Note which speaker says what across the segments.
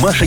Speaker 1: Маша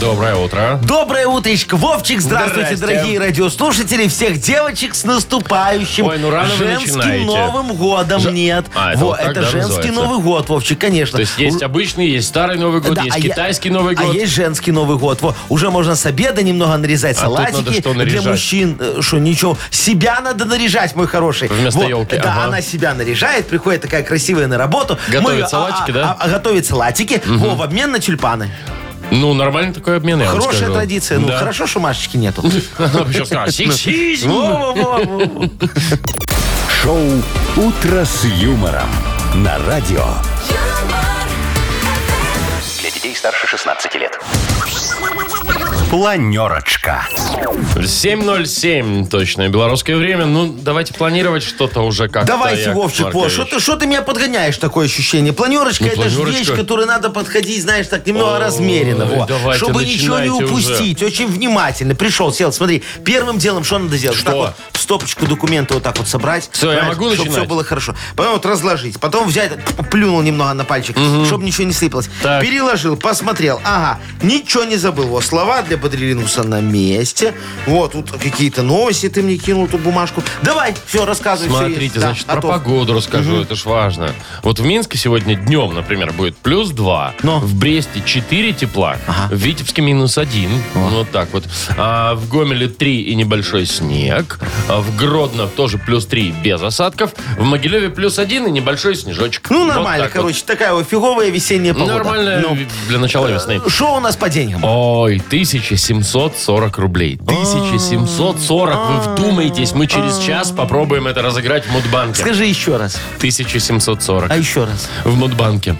Speaker 2: Доброе утро.
Speaker 3: Доброе утречко, Вовчик. Здравствуйте,
Speaker 2: Здрасте.
Speaker 3: дорогие радиослушатели. Всех девочек с наступающим
Speaker 2: Ой, ну рано вы
Speaker 3: женским
Speaker 2: начинаете.
Speaker 3: Новым годом.
Speaker 2: Ж-
Speaker 3: Нет.
Speaker 2: А, это вот так,
Speaker 3: это
Speaker 2: да,
Speaker 3: женский
Speaker 2: называется?
Speaker 3: Новый год, Вовчик, конечно.
Speaker 2: То есть есть
Speaker 3: У-
Speaker 2: обычный, есть старый Новый год,
Speaker 3: Да,
Speaker 2: есть
Speaker 3: а я-
Speaker 2: китайский Новый
Speaker 3: А
Speaker 2: год.
Speaker 3: есть женский Новый год. Во, уже можно с обеда немного нарезать
Speaker 2: А тут надо
Speaker 3: салатики
Speaker 2: что
Speaker 3: для
Speaker 2: наряжать?
Speaker 3: мужчин. Э, Что, ничего. Себя надо наряжать, мой хороший.
Speaker 2: Вместо
Speaker 3: Во,
Speaker 2: елки,
Speaker 3: Да,
Speaker 2: ага.
Speaker 3: она себя наряжает, приходит такая красивая на работу.
Speaker 2: Готовит
Speaker 3: Мы ее, а,
Speaker 2: салатики,
Speaker 3: а,
Speaker 2: да?
Speaker 3: а, а, готовит салатики. Во, в обмен на тюльпаны.
Speaker 2: Ну, нормальный такой обмен, я вам
Speaker 3: Хорошая
Speaker 2: скажу.
Speaker 3: традиция. Ну,
Speaker 2: Да. Ну,
Speaker 3: хорошо, Ну. что Машечки нету.
Speaker 2: Она бы еще сказала, «Сексизм!»
Speaker 3: Во-во-во-во.
Speaker 1: Шоу «Утро с юмором» на радио. Для детей старше 16 лет. Планерочка.
Speaker 2: 7.07, точное белорусское время. Ну, давайте планировать что-то уже как-то.
Speaker 3: Давайте,
Speaker 2: Яков
Speaker 3: Вовчик, во,
Speaker 2: Маркович.
Speaker 3: что ты, что ты меня подгоняешь, такое ощущение? Планерочка,
Speaker 2: Ну,
Speaker 3: это же
Speaker 2: планерочка.
Speaker 3: вещь, к которой надо подходить, знаешь, так немного
Speaker 2: Ой,
Speaker 3: размеренно. во.
Speaker 2: давайте,
Speaker 3: чтобы ничего не
Speaker 2: начинайте уже.
Speaker 3: упустить, очень внимательно. Пришел, сел, смотри, первым делом что надо сделать?
Speaker 2: Что?
Speaker 3: Вот так вот в стопочку документы вот так вот собрать.
Speaker 2: Всё, я могу
Speaker 3: Чтобы все
Speaker 2: начинать?
Speaker 3: было хорошо. Потом вот разложить, потом взять, плюнул немного на пальчик, чтобы ничего не сыпалось.
Speaker 2: Так.
Speaker 3: Переложил, посмотрел, ага, ничего не забыл. Вот слова для Бодрилинуса на месте. Вот, тут какие-то новости ты мне кинул, эту бумажку. Давай, все, рассказывай. всё Ну, есть.
Speaker 2: Смотрите,
Speaker 3: Да, а
Speaker 2: значит, про
Speaker 3: готов.
Speaker 2: погоду расскажу, это ж важно. Вот в Минске сегодня днем, например, будет плюс 2,
Speaker 3: Но.
Speaker 2: в Бресте 4 тепла, в Витебске минус 1, вот так вот. А в Гомеле 3 и небольшой снег, а в Гродно тоже плюс 3 без осадков, в Могилеве плюс 1 и небольшой снежочек.
Speaker 3: Ну,
Speaker 2: Вот
Speaker 3: нормально,
Speaker 2: так вот.
Speaker 3: короче, такая вот фиговая весенняя погода.
Speaker 2: Нормально
Speaker 3: Ну,
Speaker 2: для начала весны.
Speaker 3: Что у нас по деньгам?
Speaker 2: Ой, 1740 рублей.
Speaker 3: А.
Speaker 2: 1740, вы вдумайтесь, мы через час попробуем это разыграть в Мудбанке.
Speaker 3: Скажи еще раз.
Speaker 2: 1740.
Speaker 3: А еще раз.
Speaker 2: В Мудбанке.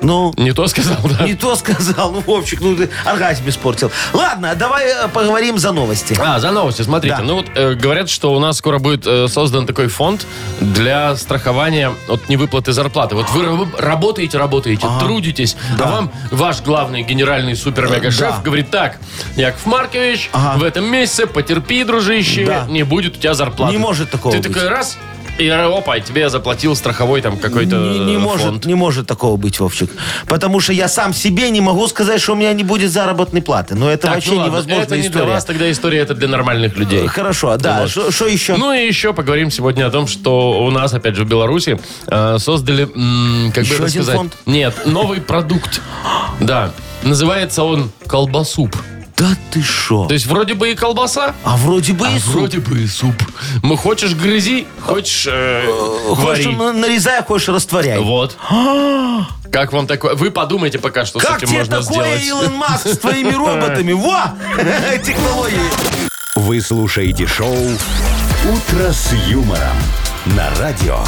Speaker 3: Ну,
Speaker 2: Не то сказал, да?
Speaker 3: не то сказал. Ну, Вовчик, ну ты оргазм испортил. Ладно, давай э, поговорим за новости.
Speaker 2: А, за новости, смотрите.
Speaker 3: Да.
Speaker 2: Ну вот э, говорят, что у нас скоро будет э, создан такой фонд для страхования от невыплаты зарплаты. Вот вы раб- работаете, работаете, трудитесь, а вам ваш главный генеральный супер-мега-шеф
Speaker 3: Да.
Speaker 2: говорит, так, Яков Маркович,
Speaker 3: Ага.
Speaker 2: в этом месяце потерпи, дружище,
Speaker 3: Да.
Speaker 2: не будет у тебя зарплаты.
Speaker 3: Не может такого
Speaker 2: Ты
Speaker 3: быть.
Speaker 2: такой раз, и опа, тебе заплатил страховой там какой-то
Speaker 3: Не, не
Speaker 2: э,
Speaker 3: может,
Speaker 2: фонд.
Speaker 3: не может такого быть, Вовчик. Потому что я сам себе не могу сказать, что у меня не будет заработной платы. Но это
Speaker 2: Так, ну
Speaker 3: вообще
Speaker 2: ладно,
Speaker 3: невозможная
Speaker 2: это не
Speaker 3: история. Э,
Speaker 2: для вас, тогда история это для нормальных людей.
Speaker 3: Хорошо, да.
Speaker 2: Вот.
Speaker 3: Что еще?
Speaker 2: Ну и еще поговорим сегодня о том, что у нас, опять же, в Беларуси э, создали, м, как
Speaker 3: Еще
Speaker 2: бы это
Speaker 3: один
Speaker 2: сказать...
Speaker 3: фонд?
Speaker 2: Нет, новый продукт. Да, называется он колбасуп.
Speaker 3: да ты шо?
Speaker 2: То есть вроде бы и колбаса,
Speaker 3: А вроде бы и суп.
Speaker 2: вроде бы и суп. Мы хочешь грызи, хочешь э,
Speaker 3: Хочешь, ну,
Speaker 2: вари.
Speaker 3: на- нарезай, а хочешь, растворяй.
Speaker 2: Вот. Как вам такое? Вы подумайте пока, что
Speaker 3: Как
Speaker 2: с этим
Speaker 3: тебе
Speaker 2: можно
Speaker 3: такое,
Speaker 2: сделать.
Speaker 3: Илон Маск, с твоими роботами? Во! Технологии.
Speaker 1: Вы слушаете шоу «Утро с юмором» на радио.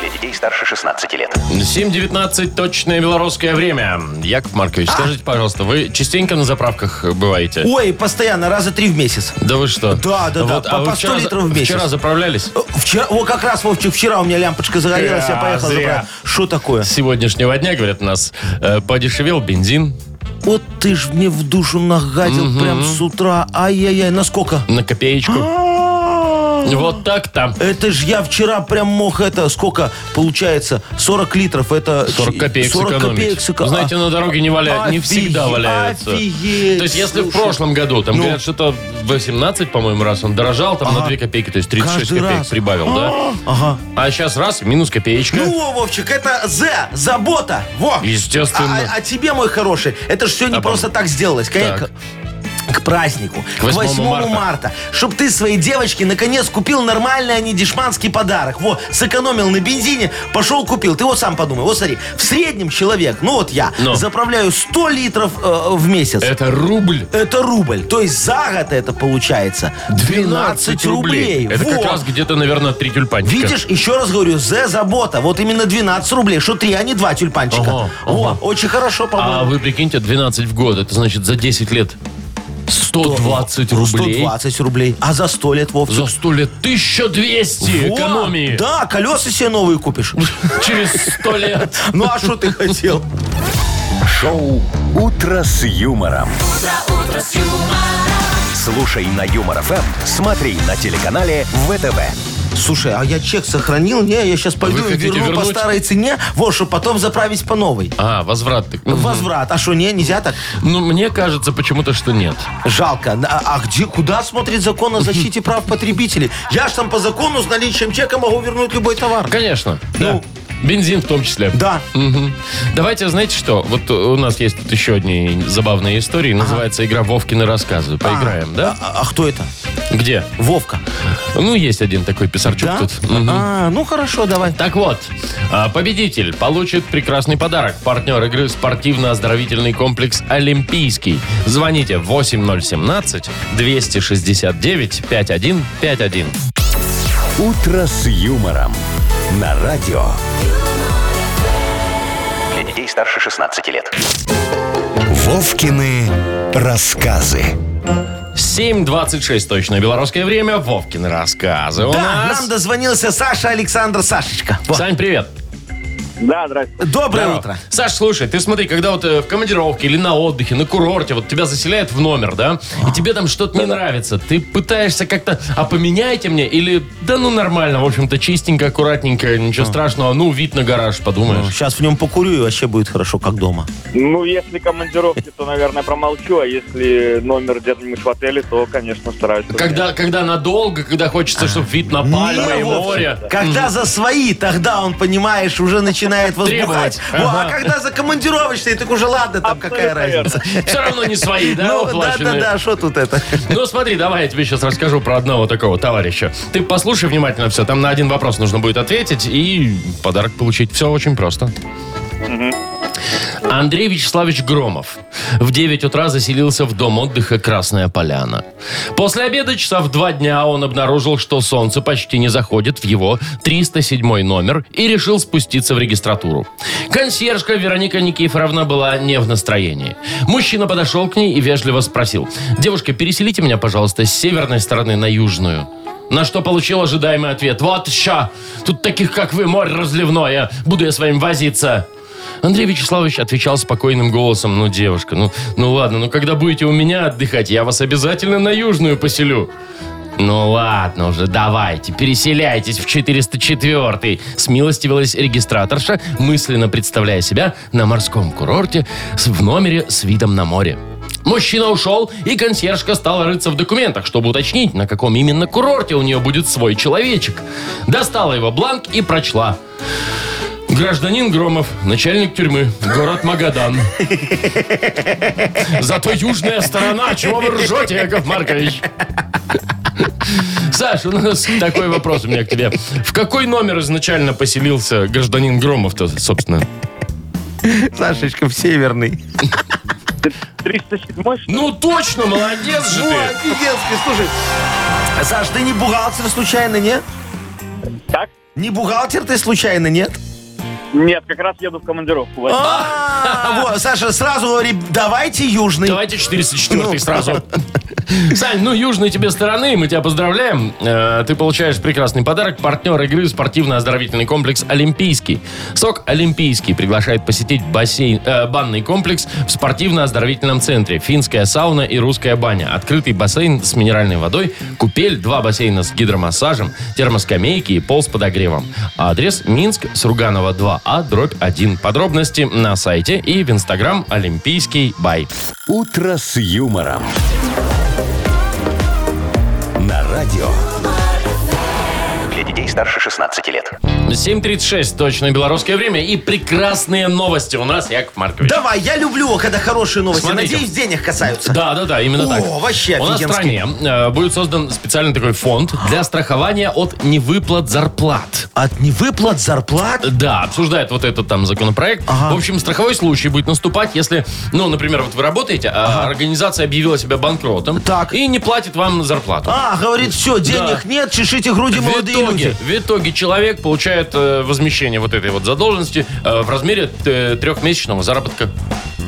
Speaker 1: Для детей старше 16 лет.
Speaker 2: 7.19, точное белорусское время. Яков Маркович,
Speaker 3: А!
Speaker 2: скажите, пожалуйста, вы частенько на заправках э, бываете?
Speaker 3: Ой, постоянно, раза три в месяц.
Speaker 2: Да вы что? а
Speaker 3: Да, да, да, по-
Speaker 2: вы
Speaker 3: по 100
Speaker 2: вчера за-
Speaker 3: литров в месяц.
Speaker 2: Вчера заправлялись?
Speaker 3: Э, Вчера, о, как раз, Вовчик, вчера у меня лямпочка загорелась, я
Speaker 2: Э,
Speaker 3: поехал
Speaker 2: зря.
Speaker 3: забрать. Что такое?
Speaker 2: С сегодняшнего дня, говорят, у нас э, подешевел бензин,
Speaker 3: Вот ты ж мне в душу нагадил прям с утра. Ай-яй-яй, насколько?
Speaker 2: на копеечку.
Speaker 3: А.
Speaker 2: Вот так там.
Speaker 3: Это ж я вчера прям мог это, сколько получается, 40 литров, это...
Speaker 2: 40 копеек
Speaker 3: 40
Speaker 2: сэкономить.
Speaker 3: копеек сэко-
Speaker 2: Знаете, ну,
Speaker 3: а,
Speaker 2: на дороге не, валя... не
Speaker 3: офигеть,
Speaker 2: всегда валяются.
Speaker 3: офигеть,
Speaker 2: То есть, если в
Speaker 3: слушай.
Speaker 2: прошлом году, там,
Speaker 3: Ну.
Speaker 2: говорят, что-то 18, по-моему, раз он дорожал, там на 2 копейки, то есть 36
Speaker 3: Каждый
Speaker 2: копеек
Speaker 3: раз.
Speaker 2: прибавил, да?
Speaker 3: Ага.
Speaker 2: А сейчас раз, минус копеечка.
Speaker 3: Ну, во, Вовчик, это «З», забота. Во.
Speaker 2: Естественно.
Speaker 3: А, а- а тебе, мой хороший, это же все не
Speaker 2: Обо-
Speaker 3: просто так сделалось. Конечно,
Speaker 2: Так.
Speaker 3: к празднику, к 8,
Speaker 2: восьмому марта.
Speaker 3: марта. Чтоб ты своей девочке наконец купил нормальный, а не дешманский подарок. Во, сэкономил на бензине, пошел купил. Ты вот сам подумай. Вот смотри, в среднем человек, ну вот я,
Speaker 2: Ну.
Speaker 3: заправляю 100 литров э, в месяц.
Speaker 2: Это рубль.
Speaker 3: Это рубль. То есть за год это получается 12 рублей.
Speaker 2: Это как
Speaker 3: Во.
Speaker 2: раз где-то, наверное, 3 тюльпанчика.
Speaker 3: Видишь, еще раз говорю, за забота. Вот именно 12 рублей. Что 3, а не 2 тюльпанчика.
Speaker 2: Ага,
Speaker 3: Во,
Speaker 2: ага.
Speaker 3: очень хорошо,
Speaker 2: А
Speaker 3: по-моему.
Speaker 2: вы прикиньте, 12 в год, это значит за 10 лет 120 А рублей.
Speaker 3: 120 рублей. А за 100 лет, Вовчик?
Speaker 2: За 100 лет 1200
Speaker 3: Во,
Speaker 2: экономии.
Speaker 3: Да, колеса себе новые купишь.
Speaker 2: Через 100 лет.
Speaker 3: Ну а что ты хотел?
Speaker 1: Шоу «Утро с юмором».
Speaker 4: утро с юмором.
Speaker 1: Слушай на Юмор ФМ, смотри на телеканале ВТВ.
Speaker 3: Слушай, а я чек сохранил, не, я сейчас пойду и
Speaker 2: хотите
Speaker 3: верну по
Speaker 2: вернуть?
Speaker 3: старой цене, вот, чтобы потом заправить по новой.
Speaker 2: А, возврат ты. Мгм.
Speaker 3: Возврат. А что, не, нельзя так?
Speaker 2: Ну, мне кажется почему-то, что нет.
Speaker 3: Жалко. А, а где, куда смотрит закон о защите прав потребителей? Я ж там по закону с наличием чека могу вернуть любой товар.
Speaker 2: Конечно.
Speaker 3: Ну.
Speaker 2: да. Бензин в том числе.
Speaker 3: Да.
Speaker 2: Мгм. Давайте, знаете что, вот у нас есть тут еще одни забавные истории. Называется игра «Вовкины рассказы». Поиграем, да?
Speaker 3: А, а кто это?
Speaker 2: Где?
Speaker 3: Вовка.
Speaker 2: Ну, есть один такой писарчук
Speaker 3: Да?
Speaker 2: тут. Мгм.
Speaker 3: А, ну хорошо, давай.
Speaker 2: Так вот, а, победитель получит прекрасный подарок. Партнер игры спортивно-оздоровительный комплекс «Олимпийский». Звоните 8017-269-5151.
Speaker 1: «Утро с юмором» на радио.
Speaker 5: Для детей старше 16 лет.
Speaker 1: Вовкины рассказы.
Speaker 2: 7.26 точно белорусское время. Вовкин рассказы у
Speaker 3: Да,
Speaker 2: нас.
Speaker 3: нам дозвонился Саша Александр Сашечка. Во.
Speaker 2: Сань, привет.
Speaker 6: Да, здравствуйте.
Speaker 3: Доброе
Speaker 2: Здорово.
Speaker 3: утро.
Speaker 2: Саш, слушай, ты смотри, когда вот э, в командировке или на отдыхе, на курорте, вот тебя заселяют в номер, да, и тебе там что-то не нравится, ты пытаешься как-то, а поменяйте мне, или, да ну нормально, в общем-то, чистенько, аккуратненько, ничего страшного, ну, вид на гараж, подумаешь.
Speaker 3: Сейчас в нем покурю и вообще будет хорошо, как дома.
Speaker 6: Ну, если командировки, то, наверное, промолчу, а если номер где-нибудь в отеле, то, конечно, стараюсь.
Speaker 2: Когда, когда надолго, когда хочется, чтобы вид на пальмы
Speaker 3: А, Не,
Speaker 2: и
Speaker 3: Вовчик,
Speaker 2: море.
Speaker 3: Когда за свои, тогда он, понимаешь, уже начинает возбухать.
Speaker 2: Требовать.
Speaker 3: Во, А
Speaker 2: Ага.
Speaker 3: когда за командировочный, так уже ладно, там какая
Speaker 6: Абсолютно
Speaker 3: разница.
Speaker 2: Все равно не свои, да,
Speaker 3: Ну, да, да,
Speaker 2: уплаченные?
Speaker 3: да, что тут это?
Speaker 2: Ну смотри, давай я тебе сейчас расскажу про одного такого товарища. Ты послушай внимательно все, там на один вопрос нужно будет ответить и подарок получить. Все очень просто. Андрей Вячеславович Громов в 9 утра заселился в дом отдыха «Красная поляна». После обеда часа в 2 дня он обнаружил, что солнце почти не заходит в его 307 номер и решил спуститься в регистратуру. Консьержка Вероника Никифоровна была не в настроении. Мужчина подошел к ней и вежливо спросил. «Девушка, переселите меня, пожалуйста, с северной стороны на южную». На что получил ожидаемый ответ. «Вот ща! Тут таких, как вы, море разливное! Буду я с вами возиться!» Андрей Вячеславович отвечал спокойным голосом. «Ну, девушка, ну, ну ладно, ну когда будете у меня отдыхать, я вас обязательно на Южную поселю». «Ну ладно уже, давайте, переселяйтесь в 404-й», смилостивилась регистраторша, мысленно представляя себя на морском курорте с- в номере с видом на море. Мужчина ушел, и консьержка стала рыться в документах, чтобы уточнить, на каком именно курорте у нее будет свой человечек. Достала его бланк и прочла. Гражданин Громов, начальник тюрьмы, город Магадан. Зато южная сторона, чего вы ржете, Яков Маркович? Саш, у нас такой вопрос у меня к тебе. В какой номер изначально поселился гражданин Громов-то, собственно?
Speaker 3: Сашечка в северный.
Speaker 6: 307 что ли?
Speaker 2: Ну точно, молодец же
Speaker 3: Ну,
Speaker 2: ты!
Speaker 3: офигенский, слушай. Саш, ты не бухгалтер случайно, нет?
Speaker 6: Так?
Speaker 3: Не бухгалтер ты случайно, нет?
Speaker 6: Нет, как раз еду в командировку. Вот.
Speaker 3: А, Вот, Саша, сразу говори, давайте южный.
Speaker 2: Давайте 404 сразу. Сань, ну, южной тебе стороны, мы тебя поздравляем. Э, Ты получаешь прекрасный подарок. Партнер игры спортивно-оздоровительный комплекс «Олимпийский». СОК «Олимпийский» приглашает посетить бассейн, э, банный комплекс в спортивно-оздоровительном центре. Финская сауна и русская баня. Открытый бассейн с минеральной водой, купель, два бассейна с гидромассажем, термоскамейки и пол с подогревом. А Адрес Минск, Сурганова 2А, дробь 1. Подробности на сайте и в инстаграм «Олимпийский бай».
Speaker 1: «Утро с юмором». На радио.
Speaker 5: Для детей старше 16 лет.
Speaker 2: 7.36, точно белорусское время. И прекрасные новости у нас, Яков Маркович.
Speaker 3: Давай, я люблю, когда хорошие новости.
Speaker 2: Смотрите.
Speaker 3: Надеюсь, денег касаются.
Speaker 2: Да, да, да, именно
Speaker 3: О,
Speaker 2: так.
Speaker 3: вообще
Speaker 2: У нас в
Speaker 3: офигенски.
Speaker 2: стране э, будет создан специальный такой фонд для страхования от невыплат зарплат.
Speaker 3: От невыплат зарплат?
Speaker 2: Да, обсуждает вот этот там законопроект.
Speaker 3: Ага.
Speaker 2: В общем, страховой случай будет наступать, если, ну, например, вот вы работаете, а организация объявила себя банкротом
Speaker 3: Так.
Speaker 2: и не платит вам зарплату.
Speaker 3: А, говорит, все, денег нет, чешите груди,
Speaker 2: В
Speaker 3: молодые
Speaker 2: итоге,
Speaker 3: люди.
Speaker 2: в итоге человек получает э, возмещение вот этой вот задолженности э, в размере э, трехмесячного заработка.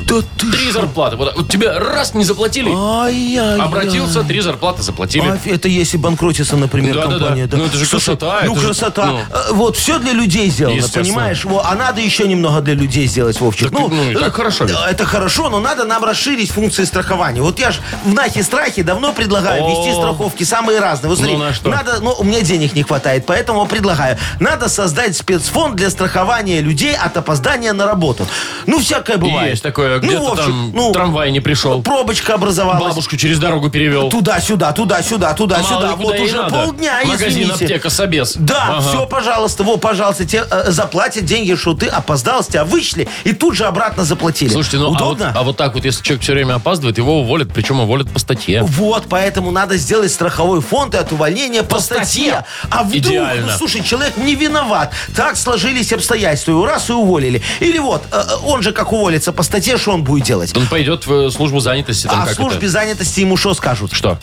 Speaker 3: Да ты
Speaker 2: Три
Speaker 3: что?
Speaker 2: зарплаты. Вот вот тебе раз не заплатили,
Speaker 3: Ай-яй-яй.
Speaker 2: обратился, три зарплаты заплатили.
Speaker 3: А, это если банкротится, например,
Speaker 2: Да-да-да.
Speaker 3: компания.
Speaker 2: Ну, это же красота,
Speaker 3: Ну,
Speaker 2: это же,
Speaker 3: красота.
Speaker 2: ну.
Speaker 3: Э, Вот, все для людей сделано,
Speaker 2: Естественно.
Speaker 3: понимаешь? Во, а надо еще немного для людей сделать, Вовчик.
Speaker 2: Так, ну, и так
Speaker 3: э,
Speaker 2: хорошо ведь.
Speaker 3: да, Это хорошо, но надо нам расширить функции страхования. Вот я ж в нахе страхе давно предлагаю
Speaker 2: О.
Speaker 3: вести страховки самые разные. Вот
Speaker 2: Ну,
Speaker 3: смотри,
Speaker 2: на что?
Speaker 3: надо, ну, у меня денег не хватает, поэтому предлагаю. Надо создать спецфонд для страхования людей от опоздания на работу. Ну, всякое бывает.
Speaker 2: Есть такое,
Speaker 3: Ну,
Speaker 2: где-то
Speaker 3: Вовчик,
Speaker 2: там
Speaker 3: ну,
Speaker 2: трамвай не пришел.
Speaker 3: пробочка образовалась.
Speaker 2: Бабушку через дорогу перевел.
Speaker 3: Туда-сюда, туда-сюда,
Speaker 2: Мало ли
Speaker 3: туда-сюда. Вот
Speaker 2: куда и
Speaker 3: уже
Speaker 2: надо.
Speaker 3: полдня,
Speaker 2: Магазин,
Speaker 3: извините.
Speaker 2: аптека, собес.
Speaker 3: Да,
Speaker 2: Ага.
Speaker 3: все, пожалуйста, во, пожалуйста, тебе э, заплатят деньги, что ты опоздал, с тебя вышли и тут же обратно заплатили.
Speaker 2: Слушайте, ну а вот,
Speaker 3: удобно?
Speaker 2: а вот так вот, если человек все время опаздывает, его уволят, причем уволят по статье.
Speaker 3: Вот, поэтому надо сделать страховой фонд и от увольнения по, статье. А вдруг,
Speaker 2: Идеально.
Speaker 3: ну, слушай, человек не виноват. Так сложились обстоятельства, его раз и уволили. Или вот, э, э, он же как уволится по статье, что он будет делать?
Speaker 2: Он пойдет в э, службу занятости. Там
Speaker 3: а в
Speaker 2: как
Speaker 3: службе
Speaker 2: это?
Speaker 3: занятости ему что скажут?
Speaker 2: Что?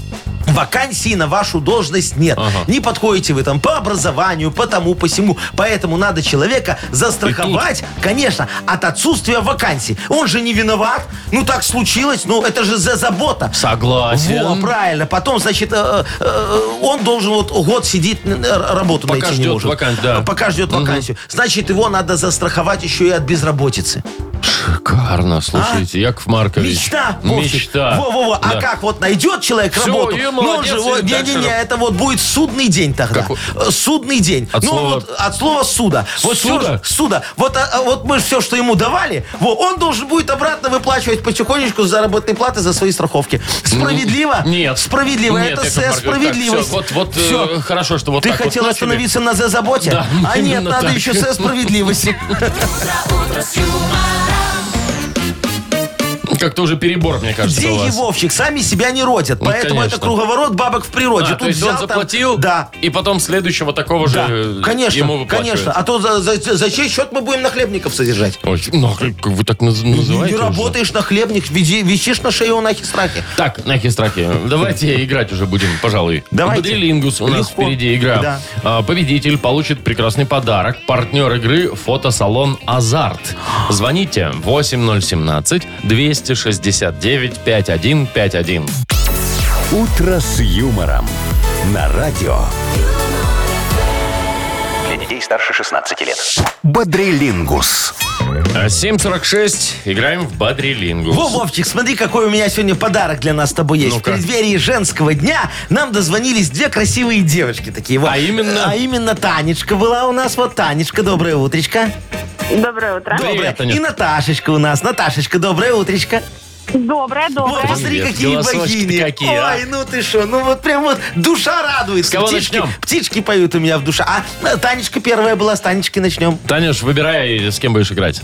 Speaker 3: Вакансий на вашу должность нет.
Speaker 2: Ага.
Speaker 3: Не подходите вы там по образованию, по тому, по сему. Поэтому надо человека застраховать, конечно, от отсутствия вакансий. Он же не виноват. Ну, так случилось. Ну, это же за забота.
Speaker 2: Согласен.
Speaker 3: Во, правильно. Потом, значит, э, э, он должен вот год сидит, э, работу
Speaker 2: Пока
Speaker 3: найти не
Speaker 2: ждет
Speaker 3: может.
Speaker 2: вакан- да.
Speaker 3: Пока ждет вакансию. Значит, его надо застраховать еще и от безработицы.
Speaker 2: Шикарно, слушайте, Яков Маркович.
Speaker 3: А? Мечта, Вовчик.
Speaker 2: Мечта.
Speaker 3: Во-во-во. А
Speaker 2: Да.
Speaker 3: как вот найдет человек
Speaker 2: Всё,
Speaker 3: работу?
Speaker 2: и
Speaker 3: ну,
Speaker 2: молодец,
Speaker 3: он
Speaker 2: и
Speaker 3: же, вот,
Speaker 2: дальше
Speaker 3: не-не-не,
Speaker 2: раб-
Speaker 3: это вот будет судный день тогда.
Speaker 2: Какой?
Speaker 3: Э, Судный день.
Speaker 2: От
Speaker 3: ну,
Speaker 2: слова-
Speaker 3: вот от слова суда. Вот всё
Speaker 2: Суда?
Speaker 3: же- суда. Вот, а, а, вот мы все, что ему давали, во, он должен будет обратно выплачивать потихонечку с заработной платы за свои страховки. Справедливо?
Speaker 2: Ну, Нет.
Speaker 3: Справедливо.
Speaker 2: Нет,
Speaker 3: это
Speaker 2: Яков
Speaker 3: с-
Speaker 2: Маркович, так,
Speaker 3: справедливость.
Speaker 2: всё, вот, вот, э,
Speaker 3: Всё.
Speaker 2: хорошо, что вот
Speaker 3: Ты
Speaker 2: так вот
Speaker 3: хотел
Speaker 2: начали.
Speaker 3: остановиться на за-заботе?
Speaker 2: Да,
Speaker 3: а нет,
Speaker 2: именно
Speaker 3: надо
Speaker 2: так.
Speaker 3: еще со справедливости.
Speaker 4: утро с юмором,
Speaker 2: Как-то уже перебор, мне кажется, у
Speaker 3: Деньги,
Speaker 2: вас.
Speaker 3: Вовчик, сами себя не родят.
Speaker 2: Ну,
Speaker 3: поэтому
Speaker 2: конечно.
Speaker 3: это круговорот бабок в
Speaker 2: А,
Speaker 3: природе. Тут
Speaker 2: то есть он
Speaker 3: взял там-
Speaker 2: заплатил,
Speaker 3: Да.
Speaker 2: и потом следующего такого
Speaker 3: Да,
Speaker 2: же э, ему
Speaker 3: конечно,
Speaker 2: выплачивают.
Speaker 3: конечно. А то за, за- за- за чей счет мы будем на хлебников содержать?
Speaker 2: Ой, ну, как как вы так наз- называете
Speaker 3: не
Speaker 2: уже?
Speaker 3: работаешь на хлебник, веди- висишь на шее у нахи страхи.
Speaker 2: Так, нахи страхи, давайте играть уже будем, пожалуй.
Speaker 3: Давайте.
Speaker 2: Бодрилингус у нас
Speaker 3: Легко.
Speaker 2: впереди игра.
Speaker 3: Да.
Speaker 2: А, Победитель получит прекрасный подарок. Партнер игры фотосалон «Азарт». Звоните 8017-269-5151.
Speaker 1: «Утро с юмором» на радио.
Speaker 5: Для детей старше 16 лет.
Speaker 1: Бодрилингус.
Speaker 2: 7.46, играем в Бодрилингус.
Speaker 3: Во, Вовчик, смотри, какой у меня сегодня подарок для нас с тобой есть.
Speaker 2: Ну-ка.
Speaker 3: В преддверии женского дня нам дозвонились две красивые девочки такие. вот.
Speaker 2: А именно?
Speaker 3: А именно Танечка была у нас. Вот Танечка, доброе утречко.
Speaker 7: Доброе утро.
Speaker 2: Привет,
Speaker 3: Доброе.
Speaker 2: Танюш.
Speaker 3: И Наташечка у нас. Наташечка, доброе утречко.
Speaker 7: Доброе,
Speaker 3: Вот,
Speaker 7: доброе.
Speaker 3: посмотри,
Speaker 2: Привет,
Speaker 3: какие
Speaker 2: голосочки-то
Speaker 3: богини.
Speaker 2: какие, а?
Speaker 3: Ой, ну ты что, ну вот прям вот душа радуется.
Speaker 2: кого
Speaker 3: птички,
Speaker 2: начнем?
Speaker 3: птички поют у меня в душе. А э, Танечка первая была, с Танечки начнем.
Speaker 2: Танюш, выбирай, с кем будешь играть.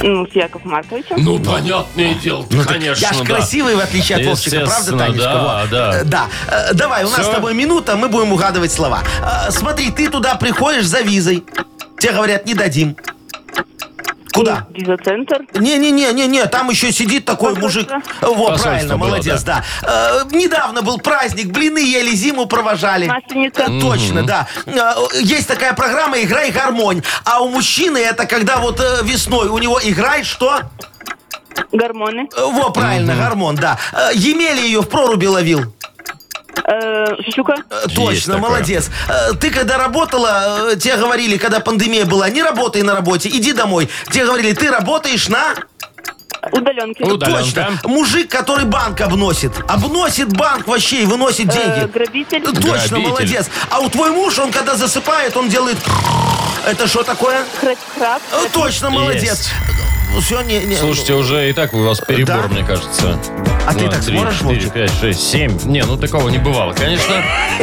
Speaker 7: Ну, с Яков Марковичем.
Speaker 2: Ну, понятное дело, конечно,
Speaker 3: Я ж
Speaker 2: да.
Speaker 3: красивый, в отличие от Вовчика, правда,
Speaker 2: Естественно,
Speaker 3: Танечка?
Speaker 2: да,
Speaker 3: Вот.
Speaker 2: да.
Speaker 3: Э, Да. Э, Давай, у нас
Speaker 2: Всё?
Speaker 3: с тобой минута, мы будем угадывать слова. Э, Смотри, ты туда приходишь за визой. Тебе говорят, не дадим. Куда?
Speaker 7: Виза-центр.
Speaker 3: Не-не-не-не-не, там еще сидит такой мужик. Вот,
Speaker 2: Посольство
Speaker 3: правильно,
Speaker 2: было,
Speaker 3: молодец, да. Э, недавно был праздник, блины ели, зиму провожали.
Speaker 7: Масленица.
Speaker 3: Да, Точно, да. Э, Есть такая программа «Играй гармонь». А у мужчины это когда вот э, весной у него играй что?
Speaker 7: Гормоны.
Speaker 3: Э, Во, правильно, гормон, да. Э, Емели ее в проруби ловил.
Speaker 7: Э, Шишука.
Speaker 3: Э, Точно,
Speaker 2: такое.
Speaker 3: молодец. Э, Ты когда работала, э, тебе говорили, когда пандемия была, не работай на работе, иди домой. Тебе говорили, ты работаешь на...
Speaker 7: Удаленки.
Speaker 2: Уда- Удаленка.
Speaker 3: Точно. Мужик, который банк обносит. Обносит банк вообще и выносит деньги.
Speaker 7: Э, грабитель.
Speaker 3: Э, Точно,
Speaker 2: Грабитель.
Speaker 3: молодец. А у твой муж, он когда засыпает, он делает... Это что такое?
Speaker 7: Краб.
Speaker 3: Э, Точно, молодец. Все, не, не.
Speaker 2: Слушайте, уже и так у вас перебор,
Speaker 3: Да?
Speaker 2: мне кажется.
Speaker 3: А ты так сможешь,
Speaker 2: четыре,
Speaker 3: Вовчик?
Speaker 2: пять, шесть, семь. Не, ну такого не бывало, конечно.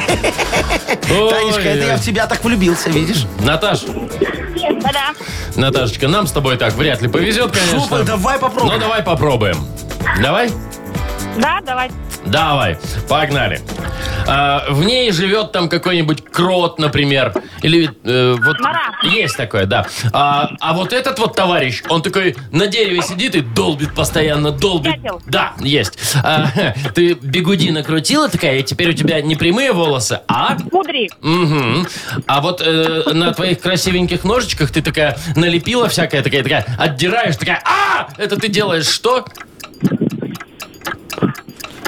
Speaker 3: Танечка, это я в
Speaker 2: Ой-ой.
Speaker 3: тебя так влюбился, видишь?
Speaker 2: Наташ,
Speaker 7: Да-да.
Speaker 2: Наташечка, нам с тобой так вряд ли повезет,
Speaker 3: Слушай,
Speaker 2: конечно.
Speaker 3: давай
Speaker 2: Ну,
Speaker 3: попробуем.
Speaker 2: давай попробуем. Давай?
Speaker 7: Да, давай.
Speaker 2: Давай. Погнали. А, в ней живет там какой-нибудь крот, например. Или э, вот...
Speaker 7: Мара.
Speaker 2: Есть такое, да. А, а вот этот вот товарищ, он такой на дереве сидит и долбит постоянно, долбит.
Speaker 7: Дятел.
Speaker 2: Да, есть. А, ты бигуди накрутила такая, и теперь у тебя не прямые волосы, а...
Speaker 7: Мудри.
Speaker 2: Мгм. А вот э, на твоих красивеньких ножичках ты такая налепила всякая, такая, такая, отдираешь, такая, а! Это ты делаешь что?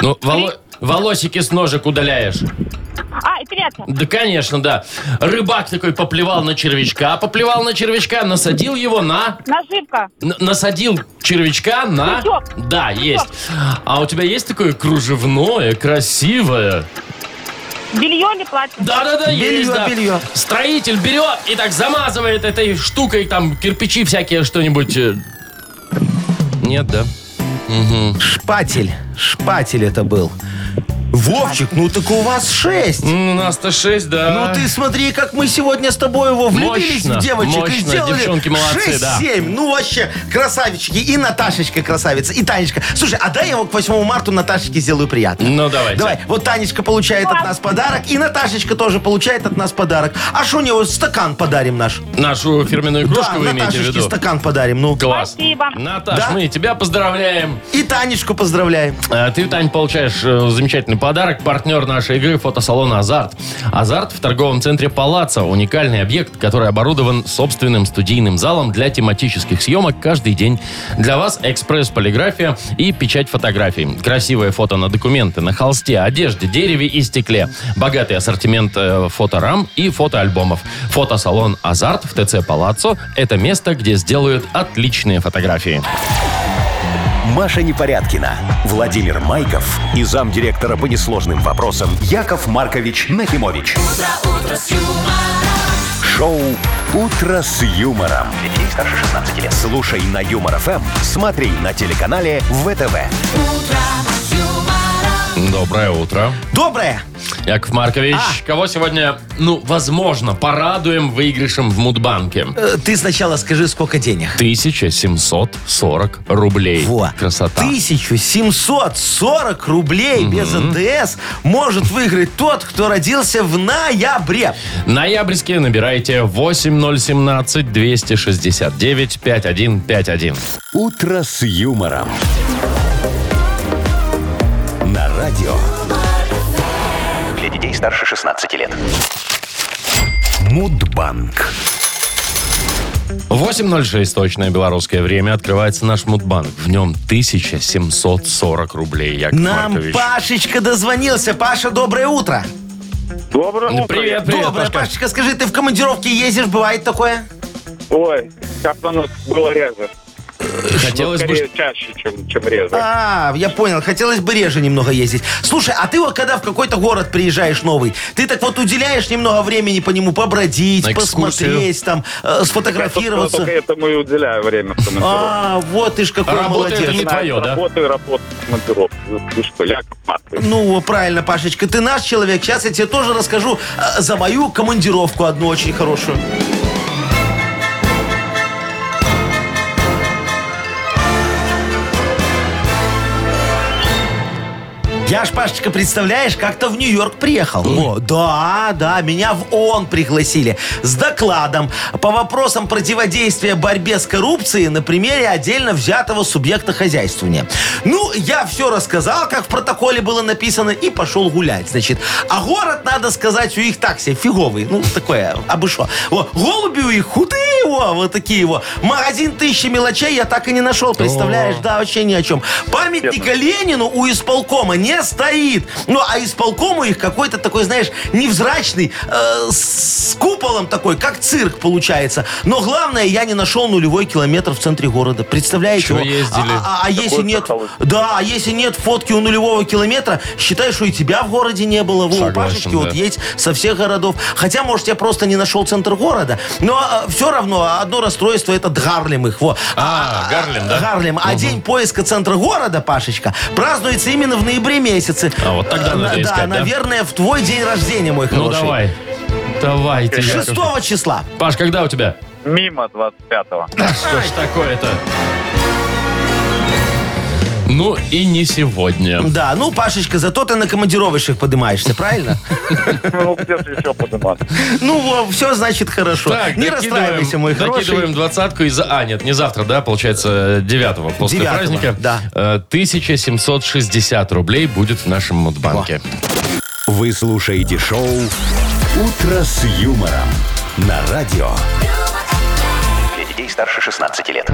Speaker 2: Ну, воло- волосики с ножек удаляешь.
Speaker 7: А, эпиляция.
Speaker 2: Да, конечно, да. Рыбак такой поплевал на червячка, поплевал на червячка, насадил его на...
Speaker 7: Наживка.
Speaker 2: Н- насадил червячка на...
Speaker 7: Крючок.
Speaker 2: Да, есть. А у тебя есть такое кружевное, красивое?
Speaker 7: Белье или платье?
Speaker 2: Да-да-да,
Speaker 3: Белье,
Speaker 2: есть, да.
Speaker 3: белье.
Speaker 2: Строитель берет и так замазывает этой штукой, там, кирпичи всякие, что-нибудь. э. Нет, да.
Speaker 3: Шпатель. Шпатель это был. Вовчик, ну так у вас шесть.
Speaker 2: М, У нас-то шесть, да.
Speaker 3: Ну ты смотри, как мы сегодня с тобой его влюбились
Speaker 2: Мощно,
Speaker 3: в девочек
Speaker 2: мощно,
Speaker 3: и сделали
Speaker 2: девчонки молодцы, да.
Speaker 3: 6-7. Ну вообще, красавички. И Наташечка красавица, и Танечка. Слушай, а дай я его к 8 марта Наташечке сделаю приятно.
Speaker 2: Ну, давайте.
Speaker 3: Давай, вот Танечка получает от нас подарок, и Наташечка тоже получает от нас подарок. А что у него стакан подарим наш?
Speaker 2: Нашу фирменную игрушку
Speaker 3: да,
Speaker 2: вы имеете в
Speaker 3: Наташечке
Speaker 2: виду?
Speaker 3: стакан подарим. Ну,
Speaker 2: Класс.
Speaker 7: Спасибо.
Speaker 2: Наташ,
Speaker 3: Да?
Speaker 2: мы тебя поздравляем.
Speaker 3: и Танечку поздравляем.
Speaker 2: А Ты, Тань, получаешь э, замечательный подарок. Партнер нашей игры – фотосалон «Азарт». «Азарт» в торговом центре «Палаца» – уникальный объект, который оборудован собственным студийным залом для тематических съемок каждый день. Для вас экспресс-полиграфия и печать фотографий. Красивое фото на документы, на холсте, одежде, дереве и стекле. Богатый ассортимент э, фоторам и фотоальбомов. Фотосалон «Азарт» в ТЦ «Палаццо» – это место, где сделают отличные фотографии.
Speaker 1: Маша Непорядкина, Владимир Майков и замдиректора по несложным вопросам Яков Маркович Нахимович. Шоу Утро с юмором. Детей старше 16 лет. Слушай на юмор ФМ, смотри на телеканале ВТВ.
Speaker 2: Доброе утро.
Speaker 3: Доброе.
Speaker 2: Яков Маркович,
Speaker 3: А!
Speaker 2: кого сегодня, ну, возможно, порадуем выигрышем в Мудбанке?
Speaker 3: Э, Ты сначала скажи, сколько денег.
Speaker 2: 1740 рублей.
Speaker 3: Во.
Speaker 2: Красота.
Speaker 3: 1740 рублей без НДС может выиграть тот, кто родился в ноябре.
Speaker 2: Ноябрьские набираете 8017-269-5151.
Speaker 1: Утро с юмором. На радио
Speaker 5: Для детей старше 16 лет.
Speaker 1: Мудбанк.
Speaker 2: 8.06 точное белорусское время. Открывается наш Мудбанк. В нем 1740 рублей, Яков
Speaker 3: Нам
Speaker 2: Маркович.
Speaker 3: Пашечка дозвонился. Паша, доброе утро.
Speaker 6: Доброе
Speaker 2: Ну,
Speaker 6: утро.
Speaker 2: Привет, привет,
Speaker 3: доброе,
Speaker 2: Пашка.
Speaker 3: Пашечка, скажи, ты в командировке ездишь, бывает такое?
Speaker 6: Ой, как-то оно было реже. Ну,
Speaker 2: Хотелось бы...
Speaker 6: Скорее чаще, чем, чем реже.
Speaker 3: А, я понял, хотелось бы реже немного ездить. Слушай, а ты вот когда в какой-то город приезжаешь новый, ты так вот уделяешь немного времени по нему побродить,
Speaker 2: На экскурсию.
Speaker 3: посмотреть, там, э,
Speaker 6: Я, собственно,
Speaker 3: сфотографироваться.
Speaker 6: только этому и уделяю время. в командировке.
Speaker 3: А, вот ты ж какой
Speaker 2: Работает
Speaker 3: молодец.
Speaker 2: или не твое, да?
Speaker 6: Работаю, работаю в командировке. Ну что, Яков Маркович.
Speaker 3: Ну, правильно, Пашечка, ты наш человек. Сейчас я тебе тоже расскажу э, за мою командировку одну очень хорошую. Я ж, Пашечка, представляешь, как-то в Нью-Йорк приехал. Во, да, да, меня в ООН пригласили с докладом по вопросам противодействия борьбе с коррупцией на примере отдельно взятого субъекта хозяйствования. Ну, я все рассказал, как в протоколе было написано, и пошел гулять, значит. А город, надо сказать, у их такси фиговый. Ну, такое, обышло. О, голуби у их худые, о, вот такие вот. Магазин тысячи мелочей я так и не нашел, представляешь? Да, вообще ни о чем. Памятника Ленину у исполкома не стоит. Ну, а исполком у их какой-то такой, знаешь, невзрачный, э, с куполом такой, как цирк получается. Но главное, я не нашел нулевой километр в центре города. Представляете?
Speaker 2: Чего
Speaker 3: о,
Speaker 2: ездили?
Speaker 3: А, а- а если нет...
Speaker 6: психология.
Speaker 3: Да, а если нет фотки у нулевого километра, считай, что и тебя в городе не было. Во, у
Speaker 2: Согласен,
Speaker 3: Пашечки
Speaker 2: да.
Speaker 3: вот есть со всех городов. Хотя, может, я просто не нашел центр города. Но все равно одно расстройство это Гарлем их. Во.
Speaker 2: А, Гарлем, да?
Speaker 3: Гарлем. А день поиска центра города, Пашечка, празднуется именно в ноябре месяце.
Speaker 2: А, вот тогда
Speaker 3: Э,
Speaker 2: надо
Speaker 3: на-
Speaker 2: искать, да?
Speaker 3: Да, наверное, в твой день рождения, мой
Speaker 2: Ну,
Speaker 3: хороший.
Speaker 2: давай. Давайте, Яков.
Speaker 3: 6 числа.
Speaker 2: Паш, когда у тебя?
Speaker 6: Мимо 25-го.
Speaker 2: Что ж такое-то? Ну и не сегодня.
Speaker 3: Да, ну, Пашечка, зато ты на командировочных поднимаешься, правильно?
Speaker 6: Ну, где же еще подниматься?
Speaker 3: Ну, все значит хорошо. Не
Speaker 2: докидываем-
Speaker 3: расстраивайся, мой
Speaker 2: Докидываем
Speaker 3: хороший.
Speaker 2: двадцатку из... А, нет, не завтра, да, получается, 9 после
Speaker 3: 9-го,
Speaker 2: праздника.
Speaker 3: да.
Speaker 2: Э, 1760 рублей будет в нашем Мудбанке.
Speaker 1: Вы слушаете шоу «Утро с юмором» на радио.
Speaker 5: Для детей старше 16 лет.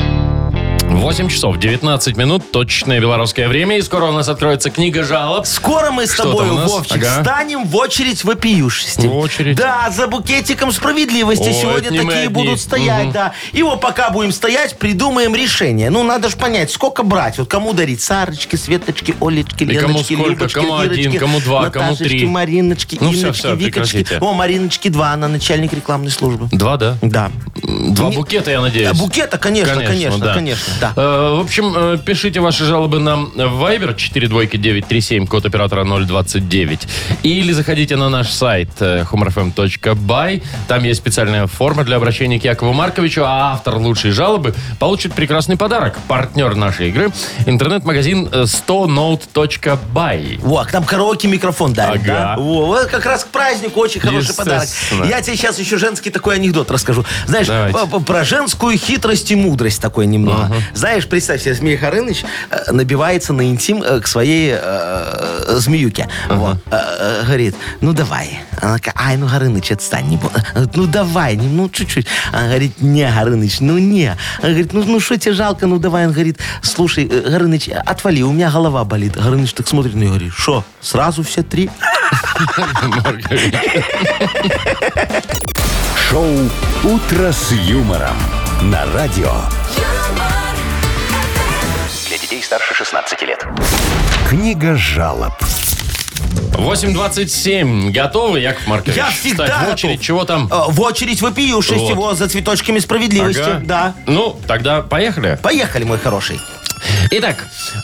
Speaker 2: 8 часов 19 минут, точное белорусское время, и скоро у нас откроется книга жалоб.
Speaker 3: Скоро мы с
Speaker 2: Что
Speaker 3: тобой,
Speaker 2: там у нас?
Speaker 3: Вовчик,
Speaker 2: Ага.
Speaker 3: станем в очередь вопиюшести.
Speaker 2: В очередь.
Speaker 3: Да, за букетиком справедливости
Speaker 2: Ой,
Speaker 3: сегодня
Speaker 2: это не мы
Speaker 3: такие
Speaker 2: одни.
Speaker 3: будут стоять,
Speaker 2: Мгм.
Speaker 3: да. И вот пока будем стоять, придумаем решение. Ну, надо же понять, сколько брать. Вот кому дарить? Сарочки, Светочки, Олечки,
Speaker 2: И кому
Speaker 3: Леночки,
Speaker 2: сколько,
Speaker 3: Любочки,
Speaker 2: кому один,
Speaker 3: Ирочки,
Speaker 2: кому два, кому
Speaker 3: Наташечке,
Speaker 2: три.
Speaker 3: Мариночки,
Speaker 2: Ну, всё,
Speaker 3: Инночки,
Speaker 2: всё,
Speaker 3: Викочки.
Speaker 2: прекратите.
Speaker 3: О, Мариночки два, она начальник рекламной службы.
Speaker 2: Два, да?
Speaker 3: Да.
Speaker 2: Два
Speaker 3: Не-
Speaker 2: букета, я
Speaker 3: Э,
Speaker 2: надеюсь.
Speaker 3: Букета, конечно, конечно, конечно, да.
Speaker 2: Э, В общем, э, пишите ваши жалобы нам в Viber 42937, код оператора 029. Или заходите на наш сайт э, humorfm.by. Там есть специальная форма для обращения к Якову Марковичу, а автор лучшей жалобы получит прекрасный подарок. Партнер нашей игры – интернет-магазин э, 100note.by.
Speaker 3: Вот, там караоке микрофон дарит,
Speaker 2: Ага.
Speaker 3: да? Во, вот как раз к празднику очень хороший подарок.
Speaker 2: Естественно.
Speaker 3: Я тебе сейчас еще женский такой анекдот расскажу. Знаешь,
Speaker 2: Давайте.
Speaker 3: п- п- про женскую хитрость и мудрость такой немного. Знаешь, представь себе, Змей Харыныч э, набивается на интим э, к своей э, змеюке. Вот. Э, э, Говорит, ну давай. Она такая, ай, ну Горыныч, отстань. Не бу-». Она говорит, ну давай, не- ну чуть-чуть. Она говорит, не, Горыныч, ну не. Она говорит, ну ну, что тебе жалко, ну давай. Он говорит, слушай, э, Горыныч, отвали, у меня голова болит. Горыныч так смотрит на нее и говорит, что, сразу все три?
Speaker 1: Шоу «Утро с юмором» на радио.
Speaker 4: юмор,
Speaker 5: Для детей старше 16 лет.
Speaker 1: Книга жалоб.
Speaker 2: 8.27. Готовы, Яков Маркович?
Speaker 3: Я всегда
Speaker 2: Ставь в
Speaker 3: готов.
Speaker 2: очередь. Чего там?
Speaker 3: Э, В очередь вопиюшесть
Speaker 2: Вот.
Speaker 3: его за цветочками справедливости.
Speaker 2: Ага.
Speaker 3: Да.
Speaker 2: Ну, тогда поехали.
Speaker 3: Поехали, мой хороший.
Speaker 2: Итак,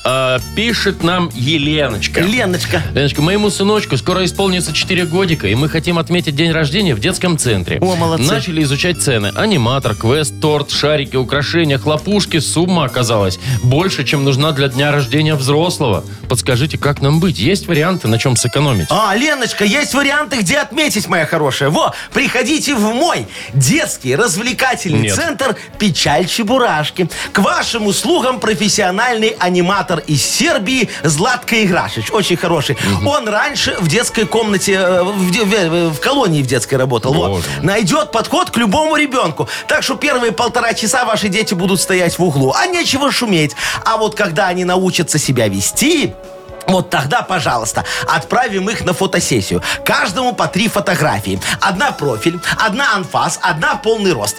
Speaker 2: э, пишет нам Еленочка.
Speaker 3: Леночка.
Speaker 2: Леночка, моему сыночку скоро исполнится 4 годика, и мы хотим отметить день рождения в детском центре.
Speaker 3: О, молодцы.
Speaker 2: Начали изучать цены. Аниматор, квест, торт, шарики, украшения, хлопушки. Сумма оказалась больше, чем нужна для дня рождения взрослого. Подскажите, как нам быть? Есть варианты, на чем сэкономить?
Speaker 3: А, Леночка, есть варианты, где отметить, моя хорошая. Во, приходите в мой детский развлекательный
Speaker 2: Нет.
Speaker 3: центр «Печаль Чебурашки». К вашим услугам профессиональный аниматор из Сербии Златко Играшич. Очень хороший. Он раньше в детской комнате, э, в, де- в- в колонии в детской работал. Во.
Speaker 2: Боже мой.
Speaker 3: Найдет подход к любому ребенку. Так что первые полтора часа ваши дети будут стоять в углу, а нечего шуметь. А вот когда они научатся себя вести, вот тогда, пожалуйста, отправим их на фотосессию. Каждому по три фотографии. Одна профиль, одна анфас, одна полный рост.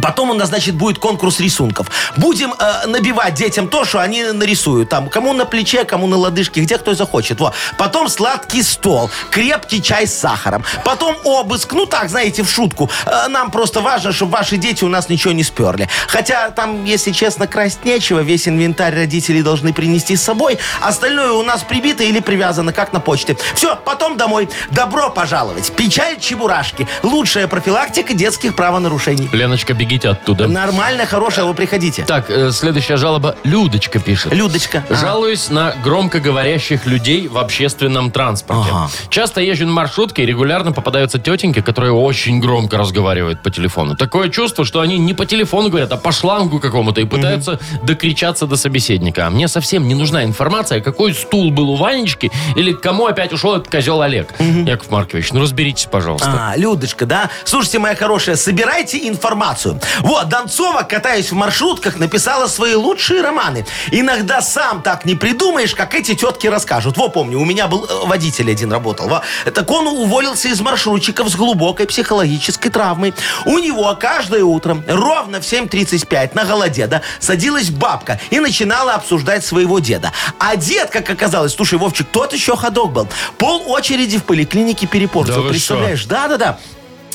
Speaker 3: Потом у нас, значит, будет конкурс рисунков. Будем э, набивать детям то, что они нарисуют. Там кому на плече, кому на лодыжке, где кто захочет. Во. Потом сладкий стол, крепкий чай с сахаром. Потом обыск. Ну так, знаете, в шутку. Э, нам просто важно, чтобы ваши дети у нас ничего не сперли. Хотя там, если честно, красть нечего. Весь инвентарь родители должны принести с собой. Остальное у нас прибито или привязано, как на почте. Все, потом домой. Добро пожаловать. Печаль Чебурашки. Лучшая профилактика детских правонарушений.
Speaker 2: Леночка, бегите оттуда.
Speaker 3: Нормально, хорошая, вы приходите.
Speaker 2: Так, э, следующая жалоба. Людочка пишет.
Speaker 3: Людочка. а?
Speaker 2: Жалуюсь на громкоговорящих людей в общественном транспорте.
Speaker 3: Ага.
Speaker 2: Часто езжу на маршрутке и регулярно попадаются тетеньки, которые очень громко разговаривают по телефону. Такое чувство, что они не по телефону говорят, а по шлангу какому-то и пытаются докричаться до собеседника. А мне совсем не нужна информация, какой стул был у Ванечки или к кому опять ушел этот козел Олег. Яков Маркович, ну разберитесь, пожалуйста.
Speaker 3: А, Людочка, да? Слушайте, моя хорошая, собирайте информацию. Вот, Донцова, катаясь в маршрутках, написала свои лучшие романы. Иногда сам так не придумаешь, как эти тетки расскажут. Во, помню, у меня был э, водитель один работал. Во. Так он уволился из маршрутчиков с глубокой психологической травмой. У него каждое утро ровно в 7.35 на голодеда садилась бабка и начинала обсуждать своего деда. А дед, как оказалось, слушай, Вовчик, тот еще ходок был. Пол очереди в поликлинике перепортил.
Speaker 2: Да вы что?
Speaker 3: представляешь? Да, да, да.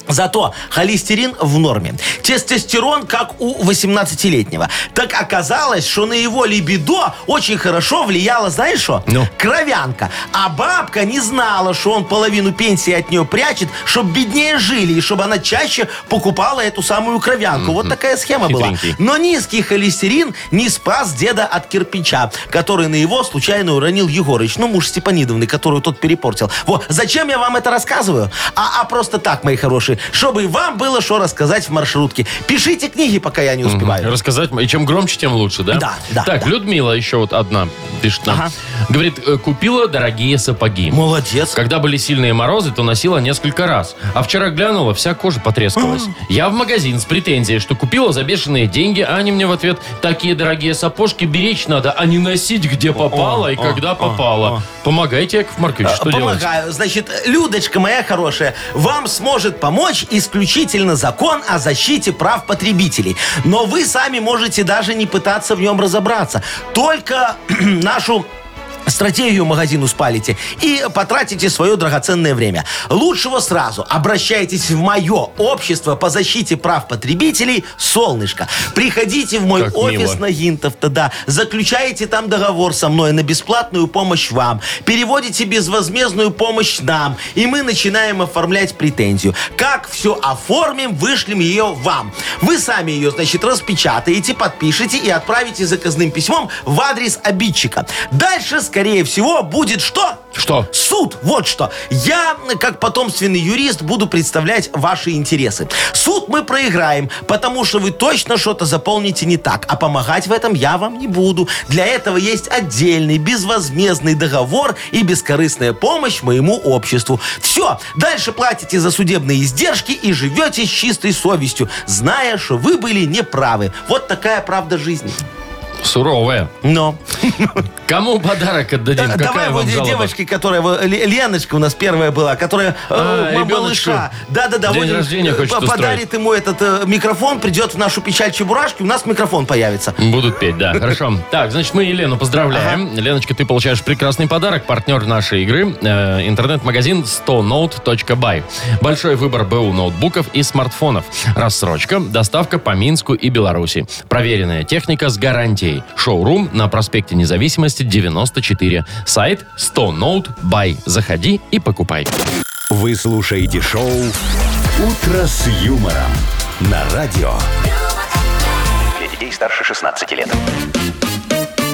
Speaker 3: Зато холестерин в норме. Тестостерон, как у 18-летнего. Так оказалось, что на его либидо очень хорошо влияло, знаешь что?
Speaker 2: Ну?
Speaker 3: Кровянка. А бабка не знала, что он половину пенсии от нее прячет, чтобы беднее жили, и чтобы она чаще покупала эту самую кровянку. Вот такая схема была.
Speaker 2: Хитренький.
Speaker 3: Но низкий холестерин не спас деда от кирпича, который на его случайно уронил Егорыч, ну, муж Степанидовны, которую тот перепортил. Вот, зачем я вам это рассказываю? А, а просто так, мои хорошие, чтобы и вам было что рассказать в маршрутке. Пишите книги, пока я не успеваю.
Speaker 2: Рассказать, и чем громче, тем лучше, да?
Speaker 3: Да, да,
Speaker 2: Так,
Speaker 3: да.
Speaker 2: Людмила еще вот одна пишет нам.
Speaker 3: Ага.
Speaker 2: Говорит, э, купила дорогие сапоги.
Speaker 3: Молодец.
Speaker 2: Когда были сильные морозы, то носила несколько раз. А вчера глянула, вся кожа потрескалась. Я в магазин с претензией, что купила за бешеные деньги, а они мне в ответ «Такие дорогие сапожки беречь надо, а не носить, где попало и когда попало». Помогайте, Яков
Speaker 3: А,
Speaker 2: Маркович, что делать?
Speaker 3: Помогаю. Значит, Людочка моя хорошая, вам сможет помочь исключительно закон о защите прав потребителей. Но вы сами можете даже не пытаться в нем разобраться. Только нашу стратегию магазину спалите и потратите свое драгоценное время. Лучшего сразу обращайтесь в мое общество по защите прав потребителей «Солнышко». Приходите в мой
Speaker 2: Как мило.
Speaker 3: офис на Гинтов-то, да. Заключаете там договор со мной на бесплатную помощь вам. Переводите безвозмездную помощь нам. И мы начинаем оформлять претензию. Как все оформим, вышлем ее вам. Вы сами ее, значит, распечатаете, подпишите и отправите заказным письмом в адрес обидчика. Дальше, скорее всего, будет что?
Speaker 2: Что?
Speaker 3: Суд, вот что. Я, как потомственный юрист, буду представлять ваши интересы. Суд мы проиграем, потому что вы точно что-то заполните не так, а помогать в этом я вам не буду. Для этого есть отдельный безвозмездный договор и бескорыстная помощь моему обществу. Все, дальше платите за судебные издержки и живете с чистой совестью, зная, что вы были неправы. Вот такая правда жизни.
Speaker 2: Суровая.
Speaker 3: Но.
Speaker 2: Кому подарок отдадим?
Speaker 3: Да,
Speaker 2: Какая
Speaker 3: давай
Speaker 2: вам
Speaker 3: вот
Speaker 2: жалоба?
Speaker 3: девочке, которая... вот, Ле- Леночка у нас первая была, которая
Speaker 2: А,
Speaker 3: э, ма-
Speaker 2: ребеночку
Speaker 3: малыша. Да-да-да.
Speaker 2: день
Speaker 3: вот,
Speaker 2: рождения
Speaker 3: э,
Speaker 2: хочет
Speaker 3: по-
Speaker 2: устроить.
Speaker 3: Подарит ему этот э, микрофон, придет в нашу печаль чебурашки, у нас микрофон появится.
Speaker 2: Будут петь, да. Хорошо. Так, значит, мы Елену поздравляем. Леночка, ты получаешь прекрасный подарок. Партнер нашей игры э, интернет-магазин 100note.by. Большой выбор БУ ноутбуков и смартфонов. Рассрочка, доставка по Минску и Беларуси. Проверенная техника с гарантией. Шоурум на проспекте Независимости 94. Сайт 100note.by. Заходи и покупай.
Speaker 1: Вы слушаете шоу «Утро с юмором» на радио.
Speaker 5: Для детей старше 16 лет.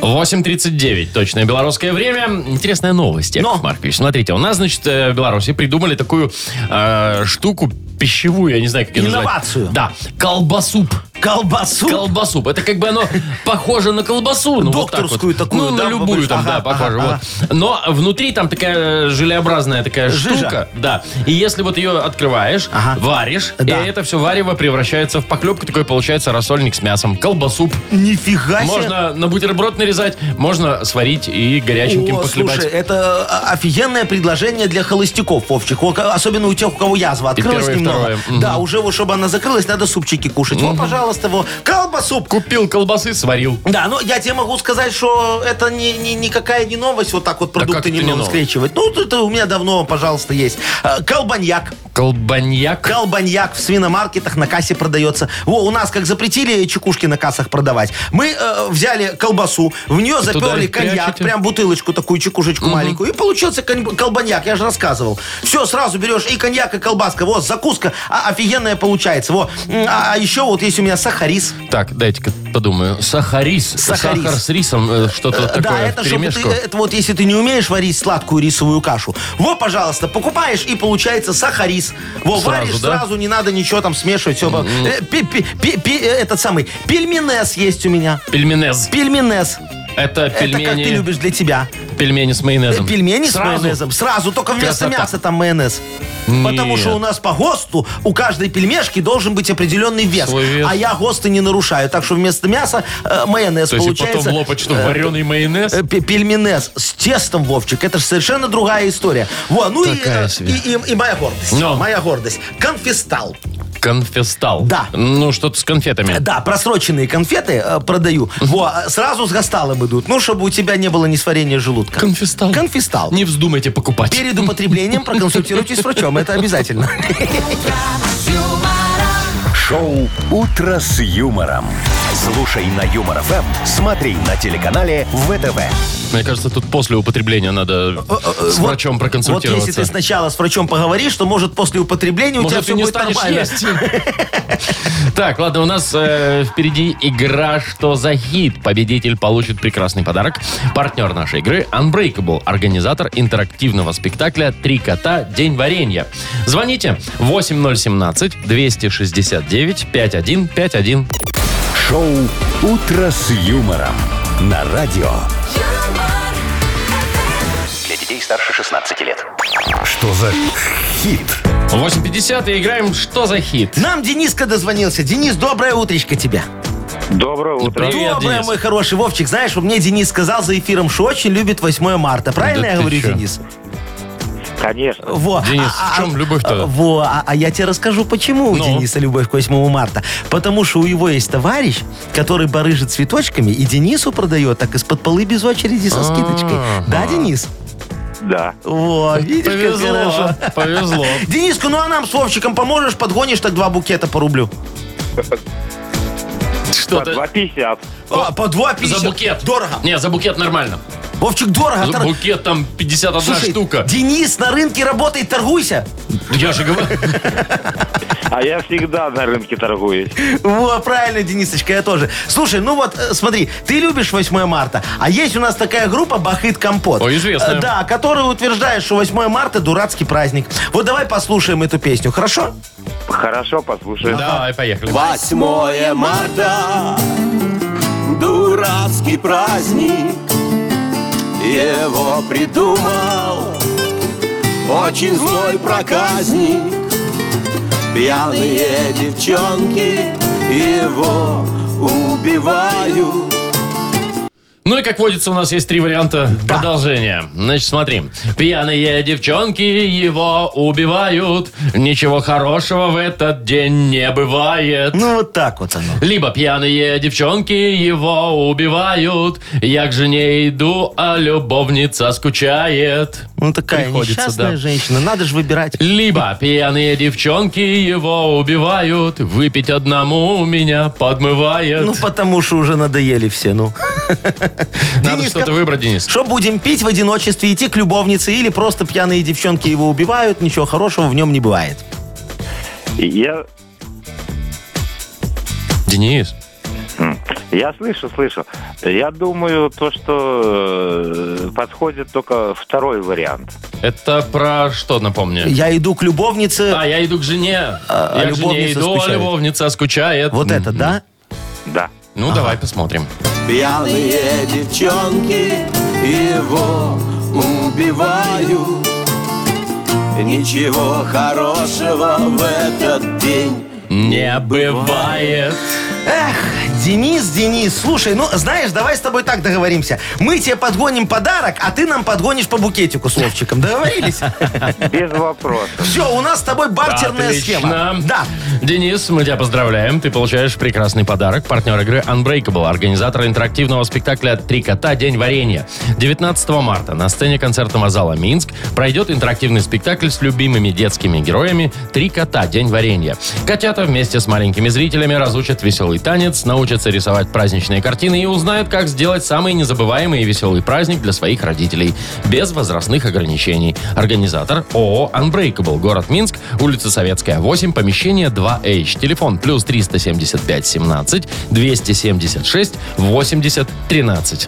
Speaker 2: 8.39, точное белорусское время. Интересная новость, Яков
Speaker 3: Но.
Speaker 2: Маркович. Смотрите, у нас, значит, э, в Беларуси придумали такую э, штуку пищевую, я не знаю, как ее назвать.
Speaker 3: Инновацию.
Speaker 2: Да, колбасуп.
Speaker 3: Колбасу.
Speaker 2: Колбасуп. Это как бы оно похоже на колбасу. ну, вот так вот.
Speaker 3: Докторскую такую,
Speaker 2: Ну,
Speaker 3: да,
Speaker 2: на любую
Speaker 3: бабушка?
Speaker 2: там, да,
Speaker 3: Ага,
Speaker 2: похоже.
Speaker 3: ага,
Speaker 2: вот. Но внутри там такая желеобразная такая
Speaker 3: Жижа.
Speaker 2: штука. Да. И если вот ее открываешь,
Speaker 3: Ага.
Speaker 2: варишь,
Speaker 3: Да.
Speaker 2: и это все варево превращается в похлебку. Такой получается рассольник с мясом. Колбасуп.
Speaker 3: Нифига себе.
Speaker 2: Можно на бутерброд нарезать, можно сварить и горяченьким
Speaker 3: О,
Speaker 2: похлебать.
Speaker 3: слушай, это э, офигенное предложение для холостяков, Вовчик. О, ка- Особенно у тех, у кого язва открылась
Speaker 2: первое, и
Speaker 3: немного.
Speaker 2: второе. Мгм.
Speaker 3: Да, уже вот, чтобы она закрылась, надо супчики кушать. Вот, пожалуйста, вот. колбасу.
Speaker 2: Купил колбасы, сварил.
Speaker 3: Да, ну я тебе могу сказать, что это не, не- никакая не новость, вот так вот
Speaker 2: А как это
Speaker 3: продукты
Speaker 2: не
Speaker 3: немного
Speaker 2: новость?
Speaker 3: скрещивать. Ну, это у меня давно, пожалуйста, есть. Э, Колбаньяк.
Speaker 2: Колбаньяк.
Speaker 3: Колбаньяк в свиномаркетах на кассе продается. Во, у нас как запретили чекушки на кассах продавать. Мы э, взяли колбасу, в нее заперли
Speaker 2: ли
Speaker 3: коньяк,
Speaker 2: прячете?
Speaker 3: прям бутылочку такую, чекушечку маленькую, и получился конь- колбаньяк, я же рассказывал. Все, сразу берешь и коньяк, и колбаска. Вот, закуска а, офигенная получается. Во. М, А, а еще вот есть у меня сахарис.
Speaker 2: Так, дайте-ка подумаю. Сахарис.
Speaker 3: Сахарис.
Speaker 2: Сахар с рисом, э, что-то
Speaker 3: Да,
Speaker 2: такое
Speaker 3: это
Speaker 2: в
Speaker 3: чтобы
Speaker 2: перемешку.
Speaker 3: ты, э, это вот если ты не умеешь варить сладкую рисовую кашу. Вот, пожалуйста, покупаешь и получается сахарис. Во,
Speaker 2: Сразу,
Speaker 3: варишь
Speaker 2: да? Ну.
Speaker 3: сразу, не надо ничего там смешивать. Все, Э, пи- пи- пи- пи- э, этот самый пельменес есть у меня.
Speaker 2: Пельменез.
Speaker 3: Пельменес.
Speaker 2: Это
Speaker 3: Это как
Speaker 2: пельмени,
Speaker 3: ты любишь для тебя.
Speaker 2: пельмени с
Speaker 3: Э,
Speaker 2: майонезом.
Speaker 3: Пельмени
Speaker 2: Сразу?
Speaker 3: с майонезом. Сразу, только вместо
Speaker 2: Красота.
Speaker 3: мяса там майонез.
Speaker 2: Нет.
Speaker 3: Потому что у нас по ГОСТу у каждой пельмешки должен быть определенный вес.
Speaker 2: Свой вес.
Speaker 3: А я ГОСТы не нарушаю. Так что вместо мяса э, майонез
Speaker 2: То есть и
Speaker 3: получается.
Speaker 2: потом лопать, что вареный майонез?
Speaker 3: Э, пе- Пельменес с тестом, Вовчик, это же совершенно другая история. Во, ну и,
Speaker 2: Такая
Speaker 3: э,
Speaker 2: себе. Ну.
Speaker 3: и, и- и моя гордость.
Speaker 2: Но.
Speaker 3: Моя гордость. Конфистал.
Speaker 2: Конфестал.
Speaker 3: Да.
Speaker 2: Ну, что-то с конфетами.
Speaker 3: Да, просроченные конфеты э, продаю. Во, э, сразу с гасталом идут. Ну, чтобы у тебя не было несварения желудка.
Speaker 2: Конфестал.
Speaker 3: Конфистал.
Speaker 2: Не вздумайте покупать.
Speaker 3: Перед употреблением проконсультируйтесь с врачом. Это обязательно.
Speaker 1: Шоу «Утро с юмором». Слушай на Юмор ФМ, смотри на телеканале ВТВ.
Speaker 2: Мне кажется, тут после употребления надо
Speaker 3: Э, э,
Speaker 2: с
Speaker 3: вот-
Speaker 2: врачом
Speaker 3: Вот если
Speaker 2: проконсультироваться.
Speaker 3: ты сначала с врачом поговоришь, то, может, после употребления у
Speaker 2: Может,
Speaker 3: тебя
Speaker 2: ты
Speaker 3: все
Speaker 2: не
Speaker 3: будет
Speaker 2: станешь
Speaker 3: нормально.
Speaker 2: есть. Так, ладно, у нас э, впереди игра «Что за хит?». Победитель получит прекрасный подарок. Партнер нашей игры Unbreakable, организатор интерактивного спектакля «Три кота. День варенья». Звоните 8017-269-5151.
Speaker 1: Шоу «Утро с юмором» на радио.
Speaker 4: юмор,
Speaker 5: Для детей старше 16 лет.
Speaker 1: Что за хит?
Speaker 2: 8.50 и играем «Что за хит?».
Speaker 3: Нам Дениска дозвонился. Денис, доброе утречко тебе.
Speaker 6: Доброе утро.
Speaker 2: Привет,
Speaker 3: доброе,
Speaker 2: Денис.
Speaker 3: мой хороший Вовчик. Знаешь, вот мне Денис сказал за эфиром, что очень любит 8 марта. Правильно
Speaker 2: Да
Speaker 3: я
Speaker 2: ты
Speaker 3: говорю,
Speaker 2: чё?
Speaker 3: Денис?
Speaker 6: Конечно.
Speaker 3: Во.
Speaker 2: Денис, в чем любовь-то?
Speaker 3: а, Во, а, а я тебе расскажу, почему у
Speaker 2: Ну?
Speaker 3: Дениса любовь к 8 марта. Потому что у его есть товарищ, который барыжит цветочками и Денису продает так из-под полы без очереди
Speaker 2: А.
Speaker 3: со скидочкой. Да, Денис?
Speaker 6: Да.
Speaker 3: Во, видишь, как
Speaker 2: Повезло,
Speaker 3: хорошо.
Speaker 2: повезло.
Speaker 3: Дениска, ну а нам с Вовчиком поможешь, подгонишь так два букета по рублю.
Speaker 6: По
Speaker 2: Что-то
Speaker 6: 2,50.
Speaker 3: А, по два
Speaker 2: за
Speaker 3: пятьдесят.
Speaker 2: букет.
Speaker 3: Дорого.
Speaker 2: Не, за букет нормально.
Speaker 3: Вовчик, дорого.
Speaker 2: За
Speaker 3: Тор-
Speaker 2: букет там 51
Speaker 3: Слушай,
Speaker 2: штука.
Speaker 3: Денис на рынке работает, торгуйся.
Speaker 2: Я же говорю.
Speaker 6: А я всегда на рынке торгуюсь.
Speaker 3: Во, правильно, Денисочка, я тоже. Слушай, ну вот, э, смотри, ты любишь 8 марта, а есть у нас такая группа Бахыт Компот.
Speaker 2: О, известная.
Speaker 3: Э, Да, которая утверждает, что 8 марта дурацкий праздник. Вот давай послушаем эту песню, хорошо?
Speaker 6: Хорошо, послушаю.
Speaker 2: Давай, поехали.
Speaker 8: 8 марта Дурацкий праздник Его придумал Очень злой проказник Пьяные девчонки Его убивают
Speaker 2: Ну и как водится, у нас есть три варианта продолжения. Значит, смотри. Пьяные девчонки его убивают. Ничего хорошего в этот день не бывает.
Speaker 3: Ну вот так вот оно.
Speaker 2: Либо пьяные девчонки его убивают. Я к жене иду, а любовница скучает.
Speaker 3: Ну такая
Speaker 2: Приходится,
Speaker 3: несчастная
Speaker 2: да.
Speaker 3: женщина, надо же выбирать.
Speaker 2: Либо пьяные девчонки его убивают. Выпить одному меня подмывает.
Speaker 3: Ну потому что уже надоели все, ну.
Speaker 2: Надо
Speaker 3: Дениска,
Speaker 2: что-то выбрать, Денис.
Speaker 3: Что будем пить в одиночестве, идти к любовнице или просто пьяные девчонки его убивают, ничего хорошего в нем не бывает.
Speaker 6: Я,
Speaker 2: Денис.
Speaker 6: хм, я слышу, слышу. Я думаю, то, что э, подходит только второй вариант.
Speaker 2: Это про что, напомню?
Speaker 3: Я иду к любовнице,
Speaker 2: А, я иду к жене.
Speaker 3: А,
Speaker 2: я
Speaker 3: а
Speaker 2: к жене
Speaker 3: любовница
Speaker 2: иду, а
Speaker 3: скучает.
Speaker 2: любовница скучает.
Speaker 3: вот это, да?
Speaker 6: Да.
Speaker 2: Ну, давай посмотрим.
Speaker 8: Пьяные девчонки его убивают. Ничего хорошего в этот день.
Speaker 2: Не
Speaker 3: Ну,
Speaker 2: бывает.
Speaker 3: Эх, Денис, Денис, слушай, ну, знаешь, давай с тобой так договоримся. Мы тебе подгоним подарок, а ты нам подгонишь по букетику с Вовчиком. Договорились?
Speaker 6: Без вопросов.
Speaker 3: Все, у нас с тобой бартерная схема. Да.
Speaker 2: Денис, мы тебя поздравляем. Ты получаешь прекрасный подарок. Партнер игры Unbreakable, организатор интерактивного спектакля «Три кота. День варенья». 19 марта на сцене концертного зала «Минск» пройдет интерактивный спектакль с любимыми детскими героями «Три кота. День варенья». Котята вместе с маленькими зрителями разучат веселый танец, научатся рисовать праздничные картины и узнают, как сделать самый незабываемый и веселый праздник для своих родителей. Без возрастных ограничений. Организатор ООО Unbreakable. Город Минск, улица Советская, 8, помещение 2H. Телефон плюс 375 17 276 80 13.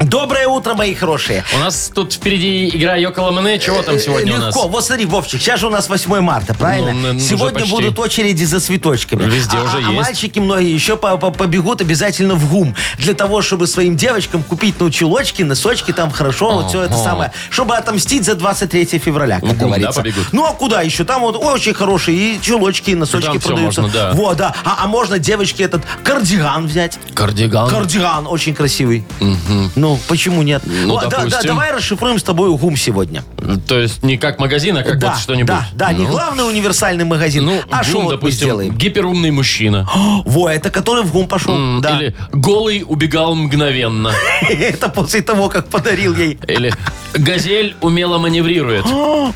Speaker 3: Доброе утро, мои хорошие.
Speaker 2: У нас тут впереди игра Йокола Мене. Чего
Speaker 3: Э,
Speaker 2: там сегодня у нас?
Speaker 3: Легко. Вот смотри, Вовчик, сейчас же у нас 8 марта, правильно?
Speaker 2: Ну, н- уже
Speaker 3: Сегодня
Speaker 2: почти.
Speaker 3: будут очереди за цветочками.
Speaker 2: Везде
Speaker 3: а,
Speaker 2: уже
Speaker 3: а- а
Speaker 2: есть.
Speaker 3: мальчики многие еще по- по- побегут обязательно в ГУМ для того, чтобы своим девочкам купить ну, чулочки, носочки там хорошо, вот все это самое, чтобы отомстить за 23 февраля,
Speaker 2: В
Speaker 3: как
Speaker 2: ГУМ, да,
Speaker 3: говорится.
Speaker 2: побегут?
Speaker 3: Ну а куда еще? Там вот очень хорошие и чулочки, и носочки
Speaker 2: Там всё
Speaker 3: продаются.
Speaker 2: можно, да.
Speaker 3: Вот, да. А, а можно девочке этот кардиган взять.
Speaker 2: Кардиган.
Speaker 3: Кардиган очень красивый. Ну, почему нет?
Speaker 2: Ну,
Speaker 3: О, да- да-
Speaker 2: допустим.
Speaker 3: давай расшифруем с тобой ГУМ сегодня.
Speaker 2: Ну, То есть не как магазин, а как
Speaker 3: да,
Speaker 2: вот что-нибудь.
Speaker 3: да, да, не
Speaker 2: Ну,
Speaker 3: главный универсальный магазин,
Speaker 2: Ну,
Speaker 3: а
Speaker 2: бум,
Speaker 3: что вот мы
Speaker 2: допустим,
Speaker 3: сделаем?
Speaker 2: гиперумный мужчина.
Speaker 3: Во, это который в ГУМ пошел.
Speaker 2: М,
Speaker 3: да.
Speaker 2: Или голый убегал мгновенно.
Speaker 3: это после того, как подарил ей.
Speaker 2: Или газель умело маневрирует.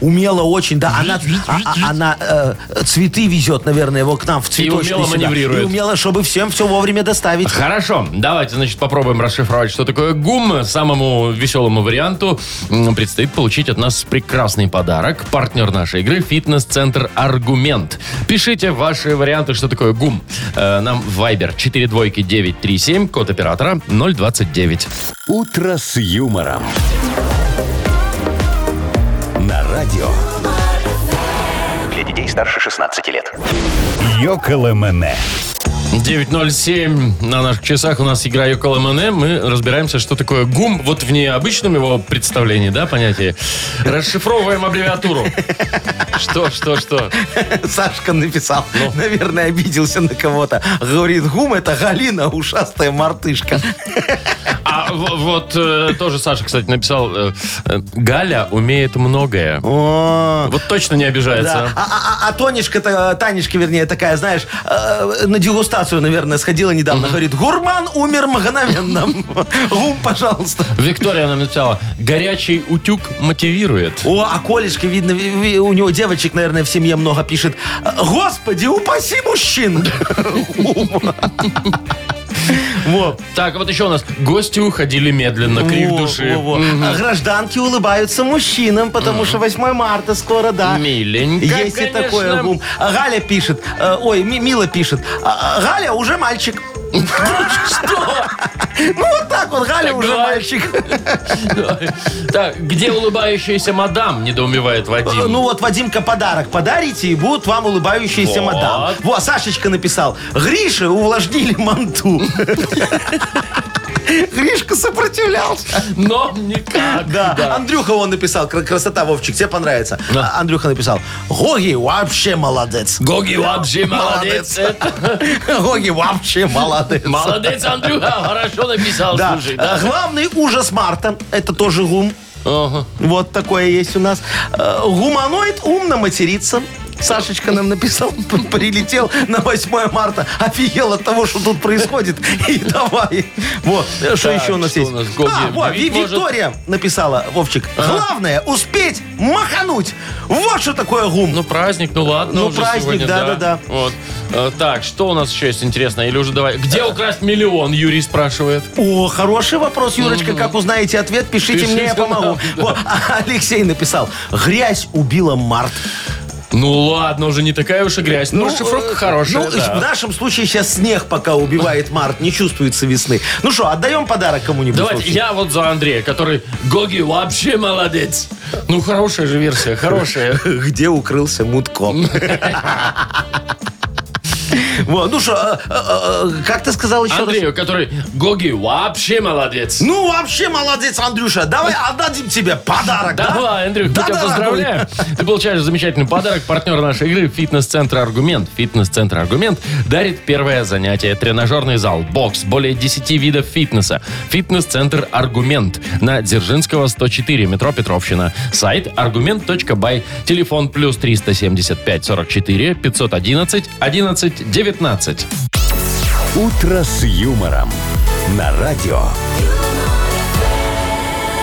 Speaker 3: Умела очень, да. Она, а- а- она э, цветы везет, наверное, его к нам в цветочный
Speaker 2: умело
Speaker 3: сюда.
Speaker 2: маневрирует.
Speaker 3: И умела, чтобы всем все вовремя доставить.
Speaker 2: Хорошо, давайте, значит, попробуем расшифровать, что такое ГУМ. Самому веселому варианту м, предстоит получить от нас прекрасный подарок. Партнер нашей игры – фитнес-центр «Аргумент». Пишите ваши варианты, что такое ГУМ. Э, Нам в Viber 42937, код оператора 029.
Speaker 1: «Утро с юмором». На радио
Speaker 5: Для детей старше 16 лет.
Speaker 1: «Йоколэмэне».
Speaker 2: 907 на наших часах у нас игра Йокол МНМ. Мы разбираемся, что такое ГУМ. Вот в необычном его представлении, да, понятие. Расшифровываем аббревиатуру. Что, что, что?
Speaker 3: Сашка написал,
Speaker 2: Ну.
Speaker 3: наверное, обиделся на кого-то. Говорит, ГУМ это Галина, ушастая мартышка.
Speaker 2: А в- вот э, тоже Саша, кстати, написал, э, э, Галя умеет многое.
Speaker 3: О,
Speaker 2: Вот точно не
Speaker 3: Да.
Speaker 2: обижается.
Speaker 3: А, а- а- а Тонечка-то, Танечка, вернее, такая, знаешь, э, на дегустацию, наверное, сходила недавно. Говорит, гурман умер мгновенно. Гум, пожалуйста.
Speaker 2: Виктория нам написала, горячий утюг мотивирует.
Speaker 3: О, а Колечка, видно, ви- ви- у него девочек, наверное, в семье много пишет. Господи, упаси мужчин! Гум. Вот.
Speaker 2: Так, вот еще у нас гости уходили медленно, крик
Speaker 3: Во,
Speaker 2: души.
Speaker 3: во, во. А Гражданки улыбаются мужчинам, потому что 8 марта скоро, да.
Speaker 2: Миленько,
Speaker 3: Есть и
Speaker 2: конечно.
Speaker 3: такое. гум. А Галя пишет, э, ой, Ми- Мила пишет, а, а, Галя уже мальчик. Что? Ну вот так вот, Галя
Speaker 2: Ну Так
Speaker 3: уже
Speaker 2: бывает.
Speaker 3: мальчик.
Speaker 2: Так, где улыбающаяся мадам, недоумевает Вадим.
Speaker 3: Ну вот, Вадимка, подарок подарите, и будут вам улыбающиеся
Speaker 2: Вот.
Speaker 3: мадам. Во, Сашечка написал, Грише увлажнили манту. Гришка сопротивлялся.
Speaker 2: Но никак.
Speaker 3: Да. Андрюха он написал, кра- красота, Вовчик, тебе понравится.
Speaker 2: Да.
Speaker 3: А, Андрюха написал, Гоги вообще молодец.
Speaker 2: Гоги вообще молодец.
Speaker 3: Гоги вообще молодец.
Speaker 2: Молодец, Андрюха, хорошо написал,
Speaker 3: Да.
Speaker 2: слушай. да.
Speaker 3: А, Главный ужас марта, это тоже гум.
Speaker 2: Ага.
Speaker 3: Вот такое есть у нас. Э, Гуманоид умно матерится. Сашечка нам написал, п- прилетел на 8 марта, офигел от того, что тут происходит. И давай. Вот, э, что
Speaker 2: Так,
Speaker 3: еще у нас
Speaker 2: что
Speaker 3: есть?
Speaker 2: у нас, Гоги,
Speaker 3: А, вот, Ви-
Speaker 2: вид может?
Speaker 3: Виктория написала, Вовчик. Главное, успеть махануть. Вот что такое гум.
Speaker 2: Ну, праздник, ну ладно
Speaker 3: Ну,
Speaker 2: уже
Speaker 3: праздник,
Speaker 2: сегодня,
Speaker 3: да, да, да.
Speaker 2: Вот. Э, Так, что у нас еще есть интересно? Или уже давай...
Speaker 3: Э.
Speaker 2: Где украсть миллион, Юрий спрашивает.
Speaker 3: О, хороший вопрос, Юрочка. Как узнаете ответ, пишите,
Speaker 2: Пишите
Speaker 3: мне, я помогу.
Speaker 2: нам,
Speaker 3: Вот, а Алексей написал. Грязь убила март.
Speaker 2: Ну ладно, уже не такая уж и грязь. Ну, расшифровка
Speaker 3: э,
Speaker 2: хорошая,
Speaker 3: ну,
Speaker 2: да.
Speaker 3: в нашем случае сейчас снег пока убивает март, не чувствуется весны. Ну что, отдаем подарок кому-нибудь?
Speaker 2: Давайте,
Speaker 3: Вовчик?
Speaker 2: я вот за Андрея, который Гоги вообще молодец. Ну, хорошая же версия, хорошая.
Speaker 3: Где укрылся Мутко? Вот, ну что, э, э, э, как ты сказал еще раз?
Speaker 2: Андрею, который Гоги вообще молодец.
Speaker 3: Ну, вообще молодец, Андрюша. Давай отдадим тебе подарок, да?
Speaker 2: Давай, Андрюх, мы
Speaker 3: Да,
Speaker 2: тебя
Speaker 3: дорогой.
Speaker 2: поздравляем. Ты получаешь замечательный подарок. Партнер нашей игры «Фитнес-центр Аргумент». «Фитнес-центр Аргумент» дарит первое занятие. Тренажерный зал, бокс, более 10 видов фитнеса. «Фитнес-центр Аргумент» на Дзержинского, 104, метро Петровщина. Сайт argument.by. Телефон плюс 375 44 511 11 19.
Speaker 1: «Утро с юмором». На радио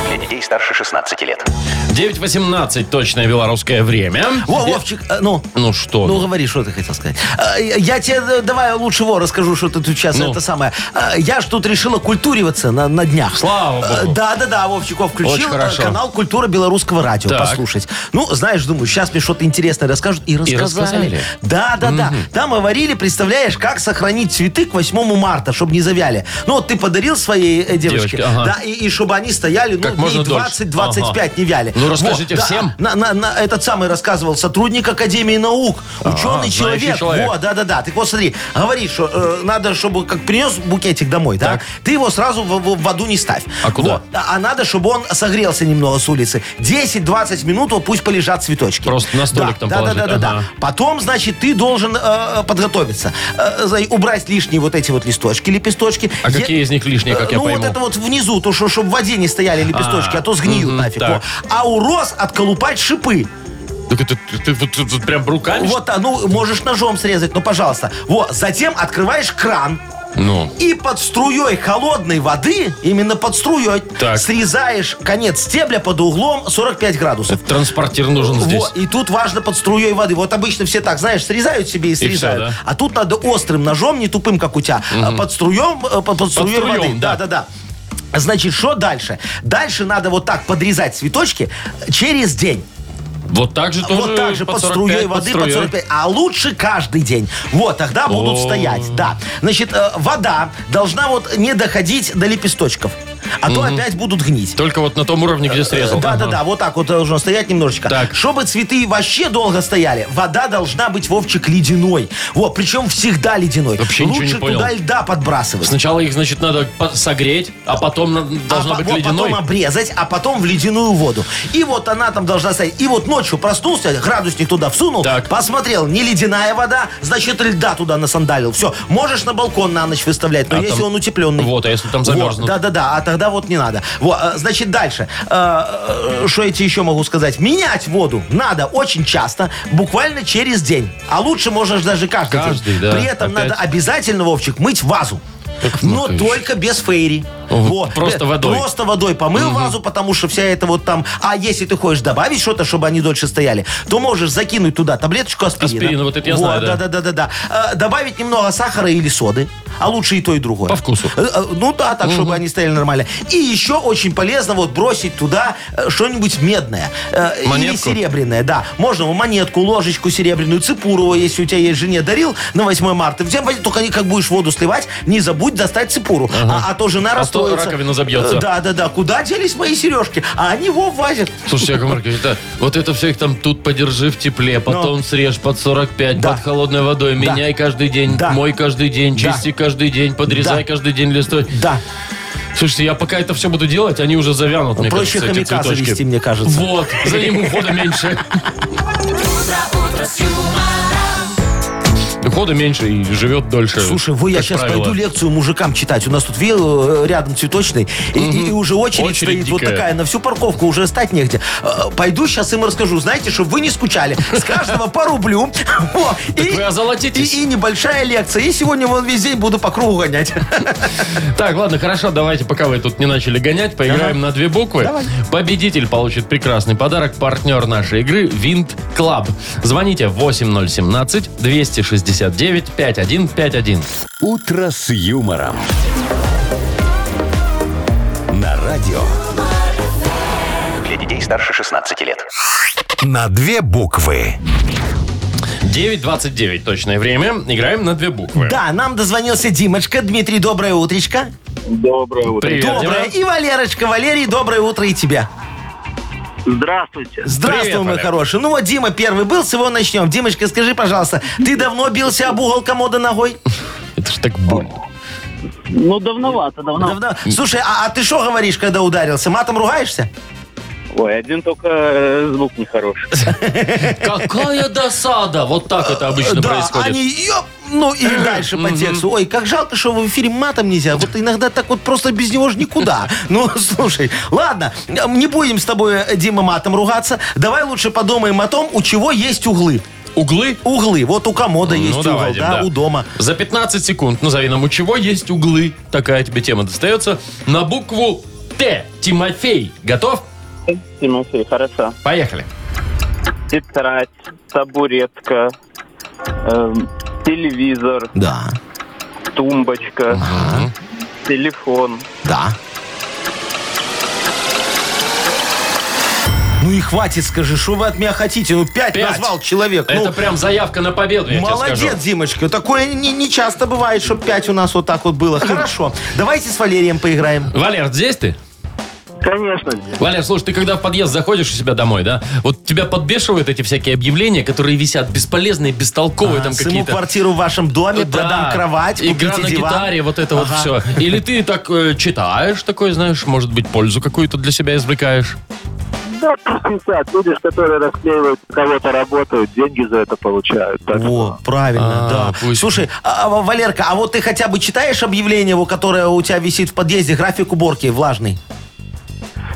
Speaker 5: Для детей старше 16 лет.
Speaker 2: 9.18 точное белорусское время.
Speaker 3: Во, Вовчик, э, ну,
Speaker 2: Ну что?
Speaker 3: ну говори, что ты хотел сказать. А, Я тебе э, давай лучше во расскажу, что ты тут сейчас
Speaker 2: Ну.
Speaker 3: это самое. А, Я ж тут решила культуриваться на, на днях.
Speaker 2: Слава
Speaker 3: Э,
Speaker 2: богу.
Speaker 3: Да, да, да, Вовчиков
Speaker 2: Очень
Speaker 3: включил э,
Speaker 2: хорошо.
Speaker 3: канал Культура белорусского радио
Speaker 2: Так.
Speaker 3: послушать. Ну, знаешь, думаю, сейчас мне что-то интересное расскажут. И рассказали.
Speaker 2: рассказали.
Speaker 3: Да, да, да. Там говорили, представляешь, как сохранить цветы к 8 марта, чтобы не завяли. Ну, вот ты подарил своей э, девочке,
Speaker 2: Девочке, ага.
Speaker 3: да, и, и чтобы они стояли, ну,
Speaker 2: Как можно
Speaker 3: дней
Speaker 2: дольше.
Speaker 3: 20-25
Speaker 2: Ага.
Speaker 3: не вяли.
Speaker 2: Ну, расскажите всем.
Speaker 3: На, на- на- этот самый рассказывал сотрудник Академии наук, ученый
Speaker 2: А, знающий
Speaker 3: человек.
Speaker 2: человек.
Speaker 3: Во, да-да-да. Так вот, смотри, говорит, что э, надо, чтобы как принес букетик домой, да?
Speaker 2: Так.
Speaker 3: Ты его сразу в, в- в воду не ставь.
Speaker 2: А куда?
Speaker 3: Во. А а надо, чтобы он согрелся немного с улицы. 10-20 минут вот пусть полежат цветочки.
Speaker 2: Просто на столик там
Speaker 3: да, да, да,
Speaker 2: положить,
Speaker 3: да, да.
Speaker 2: ага.
Speaker 3: Потом, значит, ты должен э, подготовиться. Э, за- убрать лишние вот эти вот листочки, лепесточки.
Speaker 2: А какие из них лишние, как я
Speaker 3: ну,
Speaker 2: пойму?
Speaker 3: вот это вот внизу, то, что, чтобы в воде не стояли лепесточки, а, то сгниют
Speaker 2: мгм,
Speaker 3: нафиг.
Speaker 2: так.
Speaker 3: Во. А у роз отколупать шипы.
Speaker 2: Так это ты, ты вот тут- тут прям руками? что ли?
Speaker 3: Вот, а, ну, можешь ножом срезать, ну, пожалуйста. Вот, затем открываешь кран,
Speaker 2: Ну.
Speaker 3: и под струей холодной воды, именно под струей,
Speaker 2: Так.
Speaker 3: срезаешь конец стебля под углом 45 градусов.
Speaker 2: Транспортир нужен здесь.
Speaker 3: Вот, и тут важно под струей воды. Вот обычно все так, знаешь, срезают себе и срезают.
Speaker 2: всё, да?
Speaker 3: А тут надо острым ножом, не тупым, как у тебя, а под струем, э, под, под струей
Speaker 2: струем,
Speaker 3: воды.
Speaker 2: да.
Speaker 3: да, да. да. Значит, что дальше? Дальше надо вот так подрезать цветочки через день.
Speaker 2: Вот так же тоже
Speaker 3: Вот так же под
Speaker 2: 45,
Speaker 3: струей воды, под
Speaker 2: струей.
Speaker 3: 45. А лучше каждый день. Вот, тогда будут
Speaker 2: О.
Speaker 3: стоять, да. Значит, э, вода должна вот не доходить до лепесточков. А то опять будут гнить.
Speaker 2: Только вот на том уровне, где срезал.
Speaker 3: Э, Да, да, да, вот так вот должно стоять немножечко.
Speaker 2: Так.
Speaker 3: Чтобы цветы вообще долго стояли, вода должна быть Вовчик ледяной. Вот, причем всегда ледяной.
Speaker 2: Вообще ничего
Speaker 3: Лучше
Speaker 2: не понял.
Speaker 3: туда льда подбрасывать.
Speaker 2: Сначала их, значит, надо по- согреть, а потом на- должна
Speaker 3: а
Speaker 2: быть
Speaker 3: по- вот
Speaker 2: ледяной.
Speaker 3: потом обрезать, а потом в ледяную воду. И вот она там должна стоять. И вот ночью проснулся, градусник туда всунул,
Speaker 2: Так.
Speaker 3: посмотрел, не ледяная вода, значит, льда туда насандалил. Все, можешь на балкон на ночь выставлять, но
Speaker 2: А
Speaker 3: если
Speaker 2: там-
Speaker 3: он утепленный.
Speaker 2: Вот, а если там
Speaker 3: Вот,
Speaker 2: замерзнут?
Speaker 3: Да-да-да, а тогда вот не надо. Во, э, значит, дальше. Э, э, Что я тебе еще могу сказать? Менять воду надо очень часто, буквально через день. А лучше можно ж даже каждый,
Speaker 2: Каждый,
Speaker 3: день.
Speaker 2: да,
Speaker 3: При этом
Speaker 2: опять.
Speaker 3: надо обязательно, Вовчик, мыть вазу.
Speaker 2: Яков
Speaker 3: Но
Speaker 2: Маркович.
Speaker 3: только без фейри.
Speaker 2: Вот,
Speaker 3: Во,
Speaker 2: просто
Speaker 3: э,
Speaker 2: водой.
Speaker 3: Просто просто водой помыл вазу, потому что вся эта вот там... А если ты хочешь добавить что-то, чтобы они дольше стояли, то можешь закинуть туда таблеточку аспирина.
Speaker 2: Аспирина, вот это я знаю, да.
Speaker 3: да. Да, да, да, Э, Добавить немного сахара или соды, а лучше и то, и другое.
Speaker 2: По вкусу.
Speaker 3: Э, э, Ну да, так, чтобы они стояли нормально. И еще очень полезно вот бросить туда э, что-нибудь медное. э, Или
Speaker 2: Монетку?
Speaker 3: серебряное, да. Можно вот монетку, ложечку серебряную, цепуру, если у тебя есть жене дарил на 8 марта. Всем возь- Только не- как будешь воду сливать, не забудь достать цепуру. А, а то жена
Speaker 2: А то
Speaker 3: расстроится.
Speaker 2: раковина забьется.
Speaker 3: Э, да, да, да, да. Куда делись мои сережки? А они его вазят.
Speaker 2: Слушай, Яков Маркович, да, вот это все их там тут подержи в тепле, потом срежь под 45,
Speaker 3: Ну. Да.
Speaker 2: под холодной водой, меняй каждый день,
Speaker 3: Да.
Speaker 2: мой каждый день,
Speaker 3: Да.
Speaker 2: чисти каждый день, подрезай
Speaker 3: Да.
Speaker 2: каждый день листой.
Speaker 3: Да.
Speaker 2: Слушайте, я пока это все буду делать, они уже завянут, мне
Speaker 3: Проще
Speaker 2: кажется, эти
Speaker 3: хомяка
Speaker 2: цветочки.
Speaker 3: завести, мне кажется.
Speaker 2: Вот, за ним ухода меньше. Ухода меньше и живет дольше.
Speaker 3: Э, Слушай, вы, я
Speaker 2: как
Speaker 3: сейчас
Speaker 2: правило.
Speaker 3: пойду лекцию мужикам читать. У нас тут вил, э, рядом цветочный, и, и- и уже очередь,
Speaker 2: Очередь
Speaker 3: стоит вот
Speaker 2: дикая.
Speaker 3: такая, на всю парковку уже стать негде. Э, Пойду сейчас им расскажу, знаете, чтобы вы не скучали. С каждого по рублю. Во, и-
Speaker 2: вы озолотитесь.
Speaker 3: И, и небольшая лекция. И сегодня вон весь день буду по кругу гонять.
Speaker 2: Так, ладно, хорошо, давайте, пока вы тут не начали гонять, поиграем на две буквы. Победитель получит прекрасный подарок. Партнер нашей игры Винт Клаб. Звоните 8017 269 5151.
Speaker 1: «Утро с юмором». На радио.
Speaker 5: Для детей старше 16 лет.
Speaker 1: На две буквы.
Speaker 2: 929 точное время. Играем на две буквы.
Speaker 3: Да, нам дозвонился Димочка. Дмитрий, доброе утречко.
Speaker 2: Привет,
Speaker 3: Доброе.
Speaker 2: Дима.
Speaker 3: И Валерочка, Валерий, доброе утро и тебе.
Speaker 6: Здравствуйте.
Speaker 3: Здравствуй,
Speaker 2: Привет,
Speaker 3: мой
Speaker 2: Валер.
Speaker 3: хороший. Ну вот Дима первый был, с его начнем. Димочка, скажи, пожалуйста, ты давно бился об угол комода ногой?
Speaker 2: Это ж так больно.
Speaker 9: Ну, давновато, давно.
Speaker 3: Давно. Слушай, а, а ты что говоришь, когда ударился? Матом ругаешься?
Speaker 6: Ой, один только э, звук нехороший.
Speaker 2: Какая досада! Вот так это обычно
Speaker 3: да,
Speaker 2: происходит.
Speaker 3: они ёп, ну и дальше по тексту. Ой, как жалко, что в эфире матом нельзя. Вот иногда так вот просто без него же никуда. Ну, слушай, ладно, не будем с тобой, Дима, матом ругаться. Давай лучше подумаем о том, у чего есть углы.
Speaker 2: Углы?
Speaker 3: Углы. Вот у комода есть
Speaker 2: Ну,
Speaker 3: угол,
Speaker 2: давай, Дим,
Speaker 3: да,
Speaker 2: да.
Speaker 3: у дома.
Speaker 2: За 15 секунд назови нам, у чего есть углы. Такая тебе тема достается. На букву Т. Тимофей. Готов?
Speaker 6: Ну,
Speaker 9: Тимофей, хорошо.
Speaker 2: Поехали.
Speaker 9: Тетрадь, табуретка,
Speaker 6: э,
Speaker 9: эм, телевизор,
Speaker 3: Да,
Speaker 9: тумбочка, телефон.
Speaker 3: да. Ну и хватит, скажи, что вы от меня хотите? Ну, пять,
Speaker 2: Пять.
Speaker 3: назвал человек. ну,
Speaker 2: Это прям заявка на победу, я тебе
Speaker 3: Молодец,
Speaker 2: скажу.
Speaker 3: Димочка. Такое не, не часто бывает, чтобы пять у нас вот так вот было. Хорошо. Давайте с Валерием поиграем.
Speaker 2: Валер, здесь ты?
Speaker 9: Конечно.
Speaker 2: Валер, слушай, ты когда в подъезд заходишь у себя домой, да, вот тебя подбешивают эти всякие объявления, которые висят бесполезные, бестолковые там
Speaker 3: Сниму
Speaker 2: какие-то. Ну
Speaker 3: квартиру в вашем доме,
Speaker 2: Да.
Speaker 3: продам кровать,
Speaker 2: Игра
Speaker 3: купите
Speaker 2: на
Speaker 3: диван.
Speaker 2: гитаре, вот это
Speaker 3: Ага.
Speaker 2: вот все. Или ты так э, читаешь такой, знаешь, может быть, пользу какую-то для себя извлекаешь.
Speaker 10: Так, видишь, которые расклеивают, у кого-то работают, деньги за это получают. Так
Speaker 3: Во, правильно,
Speaker 2: А,
Speaker 3: да.
Speaker 2: пусть.
Speaker 3: Слушай, а, а, Валерка, а вот ты хотя бы читаешь объявление, вот, которое у тебя висит в подъезде, график уборки влажный?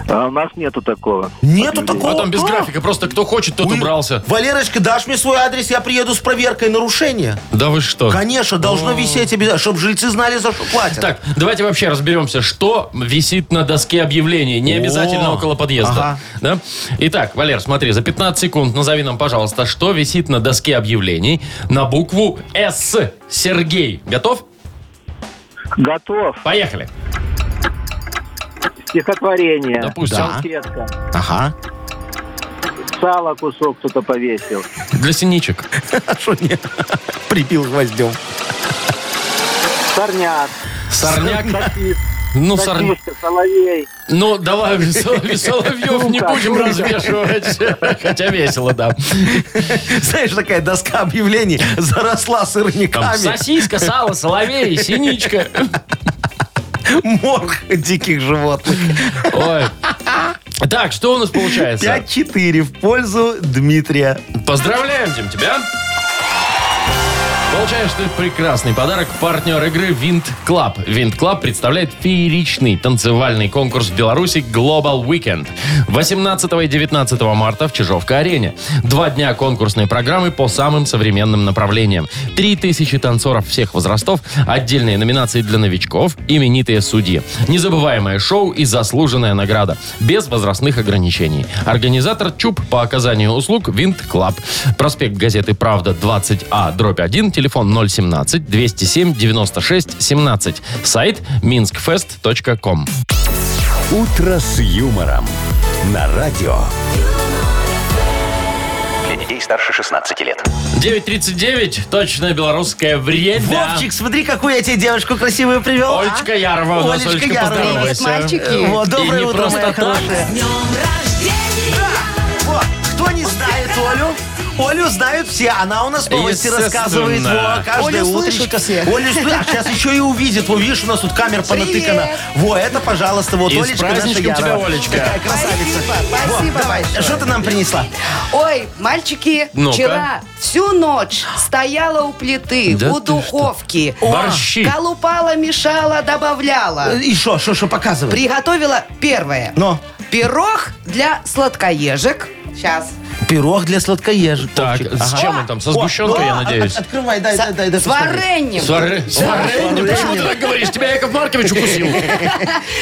Speaker 10: А у нас нету такого.
Speaker 3: Нету такого.
Speaker 2: А там без
Speaker 3: А,
Speaker 2: графика, просто кто хочет, тот
Speaker 3: ой,
Speaker 2: убрался.
Speaker 3: Валерочка, дашь мне свой адрес, я приеду с проверкой нарушения.
Speaker 2: Да вы что?
Speaker 3: Конечно, должно висеть обязательно, чтобы жильцы знали, за что платят.
Speaker 2: Так, давайте вообще разберемся, что висит на доске объявлений. Не
Speaker 3: О,
Speaker 2: обязательно около подъезда.
Speaker 3: ага.
Speaker 2: Да? Итак, Валер, смотри, за 15 секунд назови нам, пожалуйста, что висит на доске объявлений на букву «С». Сергей, готов?
Speaker 10: Готов.
Speaker 2: Поехали.
Speaker 10: Стихотворение.
Speaker 2: Допустим.
Speaker 10: Сетка.
Speaker 3: Ага.
Speaker 10: Сало кусок кто-то повесил.
Speaker 2: Для синичек.
Speaker 3: А что не? Припил гвоздем.
Speaker 10: Сорняк.
Speaker 2: Сорняк.
Speaker 10: Таксист.
Speaker 2: Ну, сорняк.
Speaker 10: Таксишка, соловей.
Speaker 2: Ну, давай, Соловь- Соловьев не будем развешивать. Хотя весело, да.
Speaker 3: Знаешь, такая доска объявлений заросла
Speaker 2: Там
Speaker 3: сырниками.
Speaker 2: сосиска, сало, соловей, синичка.
Speaker 3: Морг диких животных.
Speaker 2: Ой. Так, что у нас получается?
Speaker 3: 5-4 в пользу Дмитрия.
Speaker 2: Поздравляем, Дим, тебя. Получаешь ты прекрасный подарок. Партнер игры Винт Клаб. Винт Клаб представляет фееричный танцевальный конкурс в Беларуси Global Weekend. 18 и 19 марта в Чижовка-арене. Два дня конкурсной программы по самым современным направлениям. 3000 танцоров всех возрастов, отдельные номинации для новичков, именитые судьи. Незабываемое шоу и заслуженная награда. Без возрастных ограничений. Организатор ЧУП по оказанию услуг Винт Клаб. Проспект газеты «Правда» 20А, дробь 1, телефон 017-207-96-17. Сайт minskfest.com.
Speaker 1: «Утро с юмором» на радио.
Speaker 5: Для детей старше 16 лет.
Speaker 2: 9.39, точное белорусское время.
Speaker 3: Вовчик, смотри, какую я тебе девушку красивую привел. а?
Speaker 2: Олечка Ярова у нас, Олечка,
Speaker 3: Ярова.
Speaker 2: поздоровайся.
Speaker 3: Э, Вот,
Speaker 2: И не
Speaker 3: доброе утро,
Speaker 2: просто
Speaker 3: моя
Speaker 2: так.
Speaker 3: хорошая.
Speaker 4: Днем рождения!
Speaker 3: Вот, кто не знает Олю? Олю знают все. Она у нас новости
Speaker 2: Естественно.
Speaker 3: рассказывает. Во, каждое
Speaker 11: Олю слышат
Speaker 3: утречко.
Speaker 11: все.
Speaker 3: Олю слышат, а сейчас еще и увидит. Вот видишь, у нас тут камер понатыкана. Во, это, пожалуйста, вот
Speaker 2: И с
Speaker 3: Олечка наша
Speaker 2: праздничком тебя,
Speaker 3: Ярова.
Speaker 2: Олечка.
Speaker 3: Такая красавица.
Speaker 11: Спасибо,
Speaker 3: Во,
Speaker 11: спасибо
Speaker 3: давай,
Speaker 11: большое.
Speaker 3: что ты нам принесла?
Speaker 11: Ой, мальчики,
Speaker 2: Ну-ка.
Speaker 11: вчера всю ночь стояла у плиты,
Speaker 2: Да
Speaker 11: у
Speaker 2: ты
Speaker 11: духовки.
Speaker 2: что? Борщи.
Speaker 11: Колупала, мешала, добавляла.
Speaker 3: И что, что, что показывает?
Speaker 11: Приготовила первое.
Speaker 2: Ну.
Speaker 3: Но
Speaker 11: Пирог для сладкоежек. Сейчас.
Speaker 3: пирог для сладкоежек.
Speaker 2: Так,
Speaker 3: Вовчик.
Speaker 2: с
Speaker 3: Ага.
Speaker 2: чем он там? Со
Speaker 3: О,
Speaker 2: сгущенкой,
Speaker 3: о,
Speaker 2: я
Speaker 3: от-
Speaker 2: надеюсь?
Speaker 3: от- Открывай, дай, дай, дай. дай
Speaker 11: С
Speaker 3: посмотреть.
Speaker 11: вареньем.
Speaker 2: С вареньем? Почему ты
Speaker 3: вареньем.
Speaker 2: так говоришь? Тебя Яков Маркович укусил.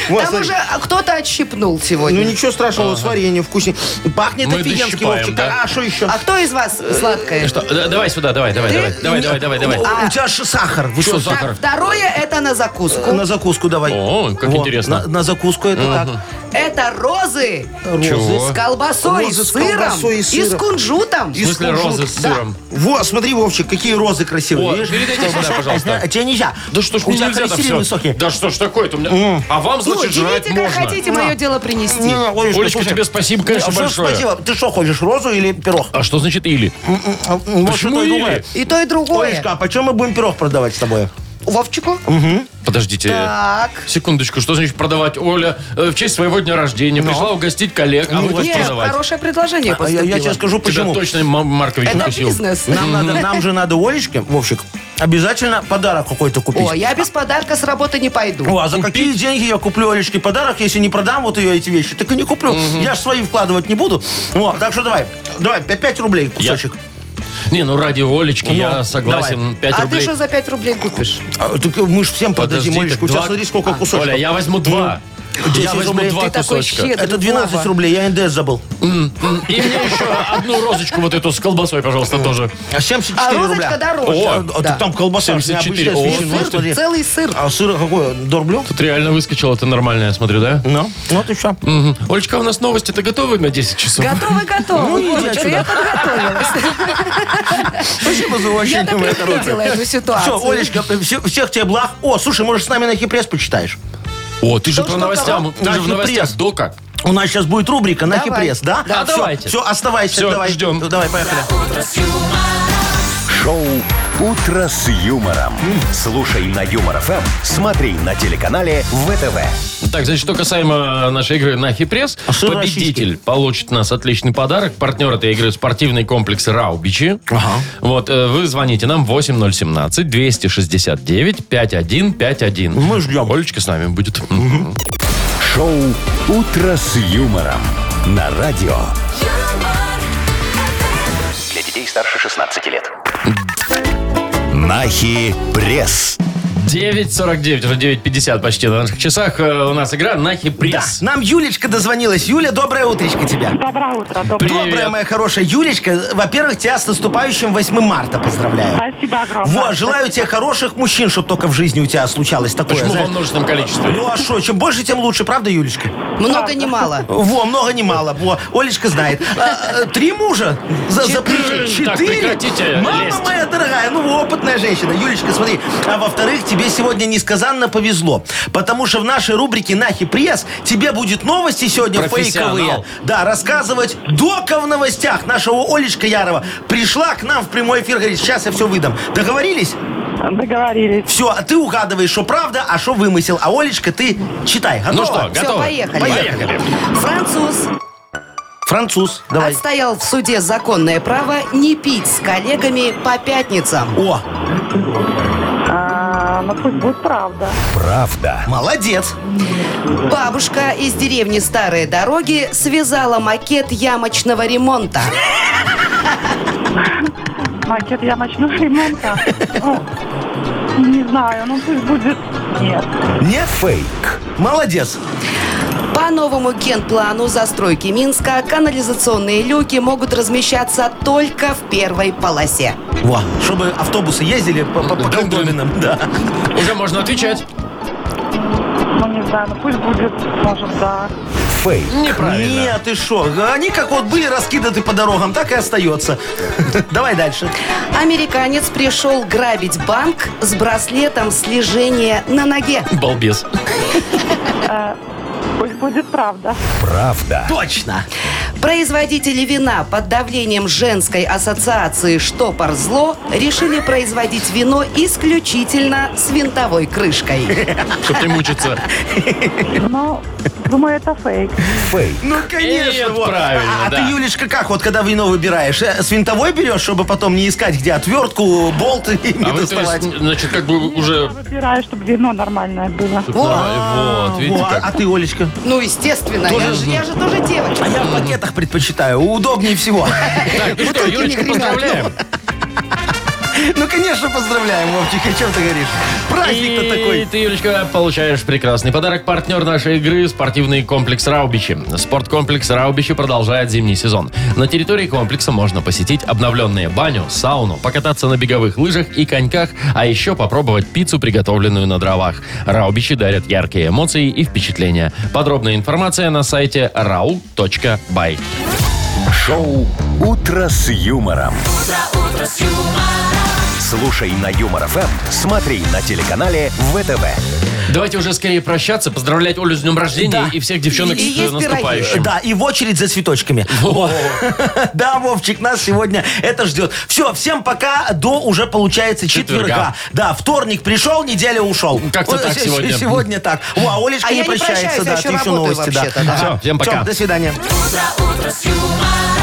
Speaker 3: Вот,
Speaker 11: Там
Speaker 3: смотри.
Speaker 11: уже а, кто-то отщипнул сегодня.
Speaker 3: Ну ничего страшного, с вареньем вкуснее. Пахнет
Speaker 2: Мы
Speaker 3: офигенски,
Speaker 2: дощипаем,
Speaker 3: Вовчик.
Speaker 2: да?
Speaker 3: А что еще?
Speaker 11: А кто из вас сладкое?
Speaker 2: Ну Что, да- Давай сюда, давай, давай, давай, давай, давай, давай, давай.
Speaker 3: У, у тебя же сахар. Вы
Speaker 2: Что
Speaker 3: что,
Speaker 2: сахар?
Speaker 11: Так, второе это на закуску.
Speaker 3: На закуску давай.
Speaker 2: О, как
Speaker 3: Во,
Speaker 2: интересно.
Speaker 3: На, на закуску это так.
Speaker 11: Это розы
Speaker 2: Чего?
Speaker 11: с колбасой,
Speaker 3: Розы
Speaker 11: с
Speaker 3: с
Speaker 11: сыром
Speaker 3: колбасой и
Speaker 11: с
Speaker 3: сыром.
Speaker 11: кунжутом.
Speaker 2: В смысле
Speaker 3: Из
Speaker 2: розы
Speaker 3: кунжут.
Speaker 2: с сыром?
Speaker 3: Во, смотри, Вовчик, какие розы красивые.
Speaker 2: Вот,
Speaker 3: видишь?
Speaker 2: передайте сюда, пожалуйста.
Speaker 3: А тебе нельзя.
Speaker 2: Да что ж
Speaker 3: У
Speaker 2: мне
Speaker 3: тебя
Speaker 2: нельзя-то
Speaker 3: холестерин
Speaker 2: всё?
Speaker 3: высокий.
Speaker 2: Да что ж такое-то у меня? А вам,
Speaker 11: Ну,
Speaker 2: значит, жрать
Speaker 11: идите, как
Speaker 2: можно.
Speaker 11: хотите, мое дело принести.
Speaker 3: Не, Олечка,
Speaker 2: Олечка,
Speaker 3: слушай.
Speaker 2: тебе спасибо, конечно,
Speaker 3: Не, что ж
Speaker 2: большое.
Speaker 3: Спасибо. Ты что, хочешь, розу или пирог?
Speaker 2: А что значит или? Почему
Speaker 3: Ну, что-то и
Speaker 2: или?
Speaker 3: думает.
Speaker 11: И то, и другое.
Speaker 3: Олечка, а почем мы будем пирог продавать с тобой?
Speaker 11: Вовчику?
Speaker 2: Подождите.
Speaker 11: Так.
Speaker 2: Секундочку, что значит продавать Оля э, в честь своего дня рождения? Пришла угостить коллег, а вы хотите
Speaker 11: Нет,
Speaker 2: продавать?
Speaker 11: хорошее предложение
Speaker 3: А я, я тебе
Speaker 11: поступило.
Speaker 3: скажу,
Speaker 2: Тебя
Speaker 3: почему.
Speaker 2: точно М- Маркович
Speaker 11: Это
Speaker 2: укусил.
Speaker 11: бизнес.
Speaker 3: Нам, надо, нам же надо Олечке, Вовчик, обязательно подарок какой-то купить.
Speaker 11: О, я без подарка с работы не пойду.
Speaker 3: О, а за какие деньги я куплю Олечке подарок, если не продам вот ее эти вещи? Так и не куплю. Я же свои вкладывать не буду. О, так что давай, давай, пя- пять рублей кусочек.
Speaker 2: Не, ну ради Олечки я согласен.
Speaker 3: давай.
Speaker 2: 5
Speaker 11: а ты
Speaker 2: рублей.
Speaker 11: что за 5 рублей купишь?
Speaker 3: А, так мы же всем продадим
Speaker 2: Подожди, так
Speaker 3: Олечку. У тебя
Speaker 2: два-
Speaker 11: А,
Speaker 3: смотри, сколько кусочков.
Speaker 2: Оля, я возьму два. Я возьму
Speaker 3: рублей.
Speaker 2: два
Speaker 11: Ты такой
Speaker 2: кусочка.
Speaker 11: щедрый.
Speaker 3: Это 12
Speaker 11: Вова.
Speaker 3: рублей, я НДС забыл.
Speaker 2: И мне еще одну розочку вот эту с колбасой, пожалуйста, тоже.
Speaker 3: А
Speaker 11: А
Speaker 3: 74 рубля.
Speaker 11: розочка дороже.
Speaker 2: О,
Speaker 3: А,
Speaker 11: Да.
Speaker 3: так Там колбаса
Speaker 2: 74.
Speaker 3: необычная,
Speaker 2: О,
Speaker 3: свежая,
Speaker 11: Сыр,
Speaker 3: смотри.
Speaker 11: целый сыр.
Speaker 3: А сыра какой? До рублю?
Speaker 2: Тут реально выскочило, это нормальное, смотрю, да?
Speaker 3: Ну, вот и все.
Speaker 2: Мгм. Олечка, а у нас новости-то готовы на 10 часов?
Speaker 3: Ну,
Speaker 11: Готовы, готовы.
Speaker 3: иди
Speaker 11: Вовочка,
Speaker 3: отсюда.
Speaker 11: я подготовилась.
Speaker 3: Спасибо за
Speaker 11: Я так отметила эту
Speaker 3: Все,
Speaker 11: ситуацию.
Speaker 3: Олечка, все- всех тебе благ. О, слушай, может, с нами на Кипресс почитаешь?
Speaker 2: О, ты же
Speaker 11: Что,
Speaker 2: про
Speaker 11: что,
Speaker 2: новостям,
Speaker 11: кого?
Speaker 2: ты же в
Speaker 3: Нахи
Speaker 2: новостях
Speaker 3: пресс.
Speaker 2: Дока.
Speaker 3: У нас сейчас будет рубрика на
Speaker 11: Давай.
Speaker 3: Кипресс, да?
Speaker 2: Да. А, давайте.
Speaker 3: Все, оставайся,
Speaker 2: Всё,
Speaker 3: давай.
Speaker 2: ждём.
Speaker 3: Ну, Давай, поехали.
Speaker 1: Шоу «Утро с юмором». Слушай на Юмор ФМ, смотри на телеканале ВТВ.
Speaker 2: Так, значит, что касаемо нашей игры Нахи Пресс,
Speaker 3: А что
Speaker 2: победитель
Speaker 3: российский?
Speaker 2: получит у нас отличный подарок. Партнер этой игры спортивный комплекс Раубичи.
Speaker 3: Ага.
Speaker 2: Вот, э, вы звоните нам 8017-269-5151.
Speaker 3: Мы ждем.
Speaker 2: Олечка с нами будет.
Speaker 1: Шоу «Утро с юмором» на радио.
Speaker 5: Для детей старше 16 лет.
Speaker 1: Нахи пресс.
Speaker 2: 9.49, уже 9.50 почти на наших часах. Э, У нас игра Нахи Пресс.
Speaker 3: Нам Юлечка дозвонилась. Юля, доброе утречко тебя.
Speaker 7: Доброе утро, доброе.
Speaker 2: Привет.
Speaker 3: Добрая моя хорошая Юлечка. Во-первых, тебя с наступающим 8 марта поздравляю.
Speaker 7: Спасибо огромное.
Speaker 3: Вот, желаю тебе хороших мужчин, чтобы только в жизни у тебя случалось такое.
Speaker 2: Почему во
Speaker 3: а знаешь.
Speaker 2: множественном количестве?
Speaker 3: Ну а что, чем больше, тем лучше, правда, Юлечка?
Speaker 11: Много не мало.
Speaker 3: Во, много не мало. Во, Олечка знает. А, э, три мужа за, за плечи.
Speaker 2: Четыре. Так, прекратите
Speaker 3: Мама
Speaker 2: лезть.
Speaker 3: моя дорогая, ну вы опытная женщина. Юлечка, смотри. А во-вторых, тебе сегодня несказанно повезло. Потому что в нашей рубрике «Нахи пресс» тебе будет новости сегодня
Speaker 2: Профессионал.
Speaker 3: фейковые. Да, рассказывать Дока в новостях. Нашего Олечка Ярова пришла к нам в прямой эфир, говорит, сейчас я все выдам. Договорились?
Speaker 7: Договорились.
Speaker 3: Все, а ты угадываешь, что правда, а что вымысел. А Олечка, ты читай. Готова?
Speaker 2: Ну что,
Speaker 11: Всё,
Speaker 2: готовы?
Speaker 11: поехали.
Speaker 2: Поехали.
Speaker 11: Француз
Speaker 3: Француз, давай.
Speaker 11: отстоял в суде законное право не пить с коллегами по пятницам.
Speaker 3: О,
Speaker 7: А, ну пусть будет правда.
Speaker 1: Правда.
Speaker 3: молодец.
Speaker 11: Бабушка из деревни Старые Дороги связала макет ямочного ремонта.
Speaker 7: Макет ямочного ремонта. Ну, Не знаю, ну пусть будет нет.
Speaker 3: Нет?
Speaker 1: Фейк.
Speaker 3: Молодец.
Speaker 11: По новому генплану застройки Минска канализационные люки могут размещаться только в первой полосе.
Speaker 3: Во. Чтобы автобусы ездили по, по, по
Speaker 2: Да,
Speaker 3: колдобинам. Да.
Speaker 2: Уже можно отвечать.
Speaker 7: Ну не знаю, ну пусть будет, может, да.
Speaker 1: Фейк.
Speaker 2: Неправильно.
Speaker 3: Нет, ты шо? Они как вот были раскиданы по дорогам, так и остается. Давай дальше.
Speaker 11: Американец пришел грабить банк с браслетом слежения на ноге.
Speaker 2: Балбес.
Speaker 7: Пусть будет правда.
Speaker 1: Правда.
Speaker 3: Точно.
Speaker 11: Производители вина под давлением женской ассоциации «Штопор зло» решили производить вино исключительно с винтовой крышкой.
Speaker 2: Чтоб не мучиться.
Speaker 7: Но, думаю, это фейк.
Speaker 1: Фейк.
Speaker 3: Ну, конечно.
Speaker 2: Нет,
Speaker 3: вот.
Speaker 2: правильно,
Speaker 3: а, а
Speaker 2: да.
Speaker 3: ты, Юлечка, как вот, когда вино выбираешь? э, С винтовой берешь, чтобы потом не искать, где отвертку, болт и не
Speaker 2: А вы, то
Speaker 3: доставать?
Speaker 2: есть, значит, как бы уже...
Speaker 7: Выбираю, чтобы вино нормальное было.
Speaker 2: Да, вот, видите
Speaker 3: Во, а- а
Speaker 2: как.
Speaker 3: ты, Олечка?
Speaker 11: Ну, естественно, я же, я же тоже девочка.
Speaker 3: А я в пакетах предпочитаю, удобнее всего.
Speaker 2: Так, ну что,
Speaker 11: бутылки не
Speaker 2: Юлечка,
Speaker 11: гремят.
Speaker 2: поздравляем.
Speaker 3: Ну, конечно, поздравляем, Вовчик, о чем ты говоришь? Праздник-то
Speaker 2: И
Speaker 3: такой.
Speaker 2: ты, Юлечка, получаешь прекрасный подарок. Партнер нашей игры – спортивный комплекс «Раубичи». Спорткомплекс «Раубичи» продолжает зимний сезон. На территории комплекса можно посетить обновленные баню, сауну, покататься на беговых лыжах и коньках, а еще попробовать пиццу, приготовленную на дровах. «Раубичи» дарят яркие эмоции и впечатления. Подробная информация на сайте rau.by.
Speaker 1: Шоу «Утро с юмором». Слушай на Юмор ФМ, смотри на телеканале ВТВ.
Speaker 2: Давайте уже скорее прощаться, поздравлять Олю с днем рождения и всех девчонок
Speaker 11: И
Speaker 2: с
Speaker 11: есть
Speaker 2: наступающим.
Speaker 3: Да, и в очередь за цветочками. Вот. Да, Вовчик, нас сегодня это ждет. Все, всем пока. До уже получается
Speaker 2: Четверга.
Speaker 3: четверга. Да, вторник пришел, неделя ушел.
Speaker 2: Как-то
Speaker 3: Вот
Speaker 2: так
Speaker 3: се-
Speaker 2: сегодня.
Speaker 3: Сегодня так. О, а Олечка
Speaker 11: А
Speaker 3: не
Speaker 11: я не прощаюсь,
Speaker 3: прощается,
Speaker 11: я
Speaker 3: да,
Speaker 11: еще
Speaker 3: ты еще
Speaker 11: работаю
Speaker 3: новости, да.
Speaker 11: вообще-то, да.
Speaker 2: Всё, всем
Speaker 3: Всё,
Speaker 2: пока.
Speaker 3: До свидания.
Speaker 4: Утро, утро с юмором.